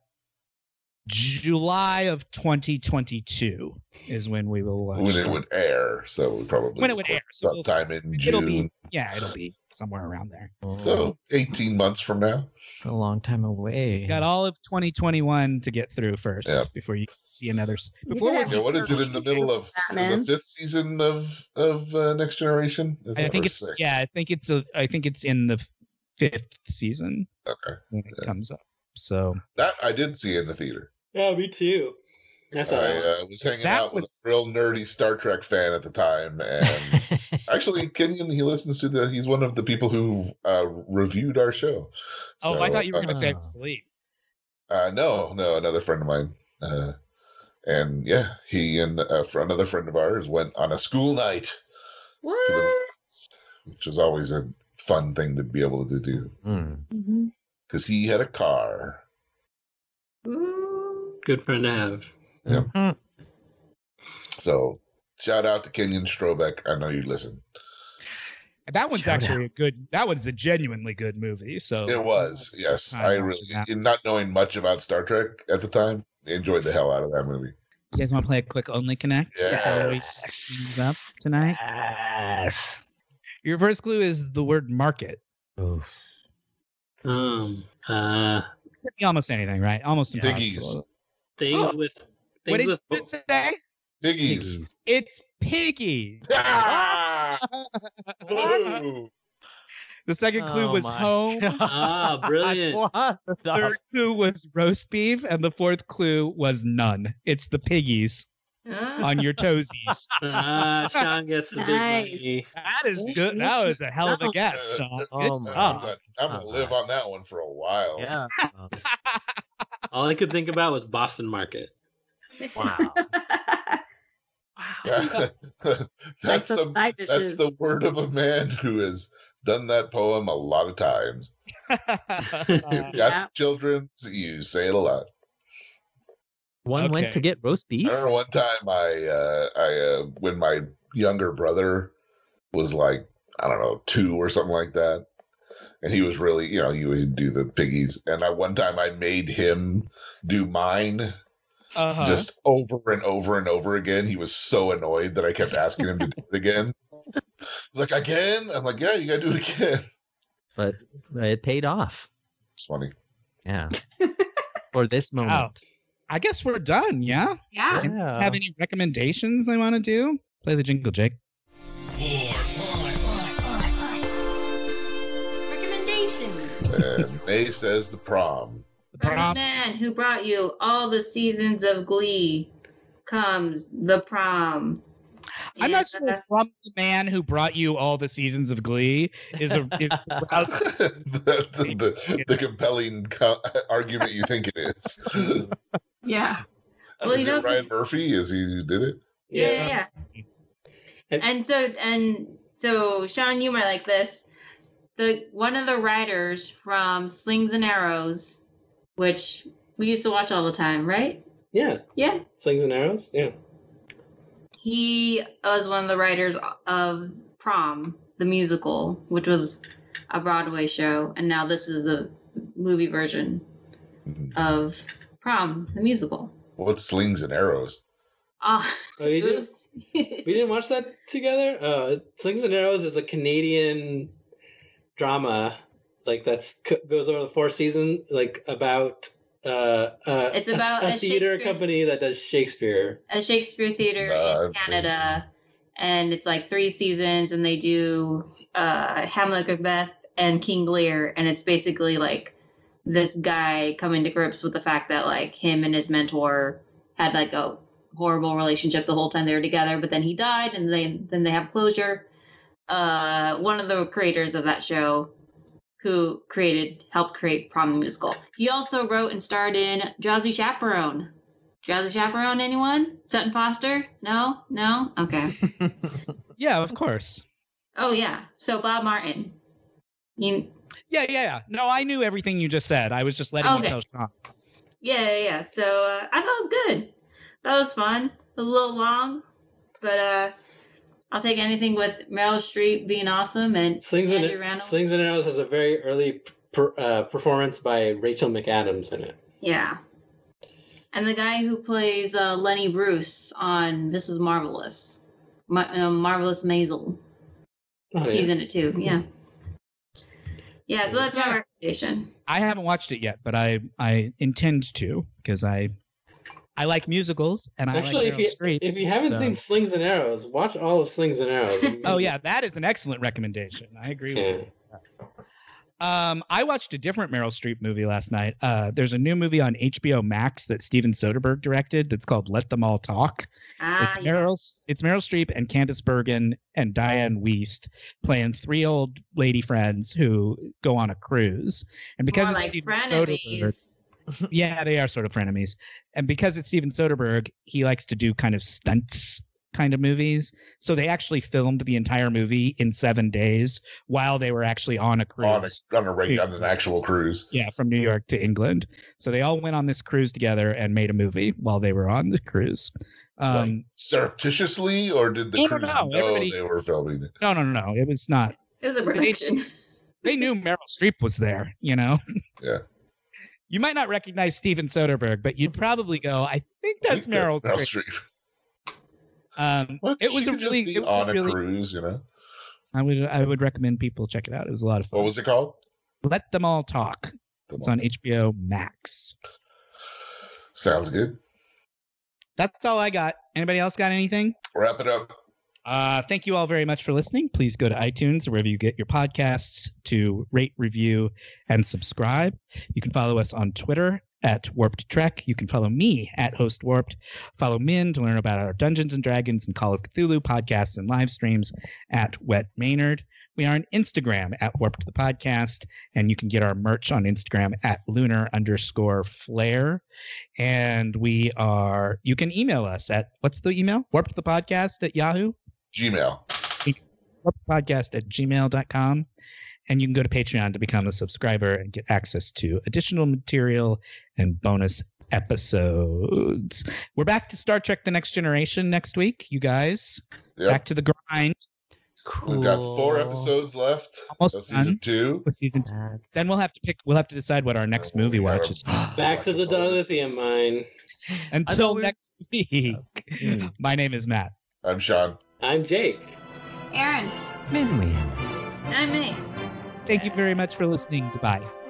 A: July of 2022 is when we will watch.
B: when it
A: Star-
B: would air. So we probably
A: When it would air, so we'll-
B: sometime in
A: It'll
B: June.
A: be yeah, it'll be somewhere around there.
B: so eighteen months from now.
E: a long time away.
A: You
E: [LAUGHS]
A: got all of 2021 to get through first
B: Yeah.
A: before you see another. s-
D: You
A: Before
D: could
A: we
D: have
B: Yeah, what is it in the middle of in the
D: Batman.
B: fifth season of of uh, Next Generation? Is
A: I
B: it
A: think
B: or
A: it's
B: sixth?
A: yeah. I think it's a. I think it's in the f- fifth season
B: Okay.
A: when it comes up. So
B: That I did see in the theater.
C: Yeah, me too. That's
B: I
C: all. right.
B: uh, was hanging
A: That
B: out with
A: was-
B: a real nerdy Star Trek fan at the time, and
A: [LAUGHS]
B: actually, Kenyon he listens to the. He's one of the people who uh, reviewed our show.
A: oh, I
B: So,
A: thought you were going
E: gonna
A: to
B: uh,
A: say
E: say
A: I
E: I was
B: Uh, no, no, another friend of mine. Uh, and yeah, he and uh, fr- another friend of ours went on a school night,
D: What?
B: which was always a fun thing to be able to do
E: Hmm.
D: Mhm.
B: because he had a car.
D: Ooh.
C: Good friend to have.
B: Yeah.
E: Mhm.
B: So shout out to Kenyon Strobeck. I know you listen.
A: That one's
E: Shout
A: actually a good. That one's a genuinely good movie. So
B: It was yes,
A: Oh, I
B: I
A: know,
B: really
A: yeah.
B: in not knowing much about Star Trek at the time. Enjoyed the hell out of that movie.
A: You guys want to play a quick Only Connect? before we things up tonight.
E: Yes.
A: Your first clue is the word market.
E: Oof.
C: Um uh
A: Could be Almost anything, right? Almost
B: Biggies.
A: impossible.
C: things with
A: What
C: things
A: did
C: with
A: you
C: bo-
A: say?
B: Piggies.
E: [LAUGHS]
A: It's piggies.
B: [LAUGHS] Ah!
A: the
B: Ooh.
A: second clue
E: Oh
A: was
E: my
A: [LAUGHS] home.
E: God.
C: [LAUGHS] Ah, brilliant.
E: What the-
A: Third clue was roast beef, and the fourth clue was none. It's the piggies
F: Ah,
A: on your [LAUGHS] toesies.
C: Ah, Sean gets the big money.
D: Nice.
A: That is good. That was a hell of a guess, Sean. Good
E: Oh my
B: I'm
A: job.
B: gonna, I'm gonna live on that one for a while.
E: Yeah.
C: All I could think about was Boston Market.
E: Wow.
D: Like
B: [LAUGHS] that's
D: the
B: some,
D: side
B: that's
D: dishes.
B: the word of a man who has done that poem a lot of times. You've got
D: Yeah.
B: children, so you say it a lot.
E: One went
A: Okay.
E: to get roast
B: I
E: beef.
B: remember one time I uh, I uh, when my younger brother was like I don't know two or something like that, and he was really, you know, you would do the piggies. And I one time I made him do mine
A: [LAUGHS] Uh-huh.
B: just over and over and over again. He was so annoyed that I kept asking him to do it again. He's like, again? I'm like, yeah, you gotta do it again.
E: but it paid off.
B: It's funny. [LAUGHS]
E: Yeah. For this moment.
A: I guess we're done. Yeah.
F: Yeah.
C: Uh-huh.
E: Yeah.
A: Have any recommendations they want to do? Play the jingle, Jake.
F: Recommendations.
B: And May says the prom. [LAUGHS]
F: From the
A: Prom.
F: man who brought you all the seasons of Glee comes the prom.
A: I'm not sure
F: [LAUGHS] Yeah.
A: if from the man who brought you all the seasons of Glee is a is
C: [LAUGHS]
B: the, the- the compelling co- argument you think it is.
F: Yeah. Well,
B: is
F: you know,
B: it Ryan Murphy? Is he who did it?
F: yeah,
C: Yeah.
F: yeah, yeah.
C: And-
F: And so, and so, Sean, you might like this. The one of the writers from Slings and Arrows, which we used to watch all the time, right?
C: Yeah.
F: Yeah,
C: Slings and arrows. Yeah.
F: he was one of the writers of Prom, the musical, which was a Broadway show, and now this is the movie version
B: Mhm.
F: of Prom, the musical.
B: What's slings and arrows?
F: Ah,
C: Oh, you did?
F: [LAUGHS] oops.
C: We didn't watch that together. Uh, Slings and Arrows is a Canadian drama, like that's c- goes over the four seasons, like about uh, uh,
F: It's about
C: a,
F: a
C: theater
F: Shakespeare-
C: company that does Shakespeare.
F: a Shakespeare theater
B: Nah,
F: in
B: I've seen it.
F: Canada, and it's like three seasons, and they do uh, Hamlet, Macbeth, and King Lear, and it's basically like this guy coming to grips with the fact that like him and his mentor had like a horrible relationship the whole time they were together, but then he died, and they then they have closure. Uh, one of the creators of that show. Who created, helped create Prom the Musical. He also wrote and starred in Drowsy Chaperone. Jazz Chaperone, anyone? Sutton Foster? No? No? Okay.
A: yeah, of course.
F: oh, yeah. So Bob Martin. You,
A: Yeah, yeah, yeah. No, I knew everything you just said. I was just letting
F: Okay.
A: you tell Sean.
F: yeah, yeah, yeah. So uh, I thought it was good. That was fun. A little long, but uh, I'll take anything with Meryl Streep being awesome and
C: Slings
F: Andrew
C: and,
F: Rannell.
C: Slings and Arrows has a very early per, uh, performance by Rachel McAdams in it.
F: yeah. And the guy who plays uh, Lenny Bruce on This Is Marvelous, Ma- uh, Marvelous Maisel.
C: Oh,
F: He's
C: yeah.
F: in it too. Yeah. Yeah. So that's my recommendation.
A: I haven't watched it yet, but I I intend to because I I like musicals and I
C: Actually,
A: like
C: if you
A: Meryl Streep.
C: if you haven't
A: so-
C: seen Slings and Arrows, watch all of Slings and Arrows.
A: [LAUGHS] Oh yeah, that is an excellent recommendation. I agree with
C: Yeah.
A: you. Um, I watched a different Meryl Streep movie last night. Uh, there's a new movie on HBO Max that Steven Soderbergh directed. That's called Let Them All Talk.
F: Ah,
A: It's
F: yeah.
A: Meryl. It's Meryl Streep and Candace Bergen and Diane Wiest playing three old lady friends who go on a cruise. And because
F: More
A: it's
F: like
A: Steven Soderbergh,
F: frenemies.
A: [LAUGHS] yeah, they are sort of frenemies. And because it's Steven Soderbergh, he likes to do kind of stunts kind of movies. So they actually filmed the entire movie in seven days while they were actually on a cruise.
B: On a, on a reg- on an actual cruise.
A: Yeah, from New York to England. So they all went on this cruise together and made a movie while they were on the cruise. Um,
B: Surreptitiously, or did the
A: No, no,
B: cruise
A: no,
B: know
A: everybody-
B: they were filming it?
A: No, no, no, no. It was not.
F: It was a production.
A: They knew Meryl Streep was there, you know?
B: Yeah.
A: [LAUGHS] You might not recognize Steven Soderbergh, but you'd probably go, I think that's Meryl Streep.
B: Streep.
A: Um,
B: Well,
A: it was
B: she
A: a
B: could just
A: really,
B: be
A: it was
B: on
A: a
B: a
A: really
B: cruise. You know
A: I would I would recommend people check it out. It was a lot of fun.
B: what was it called?
A: Let them all talk. It's on HBO Max.
B: Sounds good.
A: That's all I got. Anybody else got anything?
B: Wrap it up.
A: Uh, thank you all very much for listening. Please go to iTunes or wherever you get your podcasts to rate, review, and subscribe. You can follow us on Twitter at Warped Trek. You can follow me at Host Warped. Follow Min to learn about our Dungeons and Dragons and Call of Cthulhu podcasts and live streams at Wet Maynard. We are on Instagram at Warped the Podcast, and you can get our merch on Instagram at lunar underscore flare and we are you can email us at what's the email warped the podcast at yahoo
B: Gmail. Yep.
A: back to the grind
E: Cool.
B: We've got four episodes left
A: Almost
B: of season
A: done.
B: two.
A: with season two.
E: That's-
A: Then we'll have to pick. We'll have to decide what our next movie
B: We are-
A: watch
E: [GASPS]
A: is
C: Back to the Donalithium mine.
A: [GASPS] until
E: we-
A: next week.
E: Hmm.
A: My name is Matt.
B: I'm Sean.
C: I'm Jake.
F: Aaron, [LAUGHS]
E: Man, man.
F: I'm May.
A: Thank you very much for listening. Goodbye.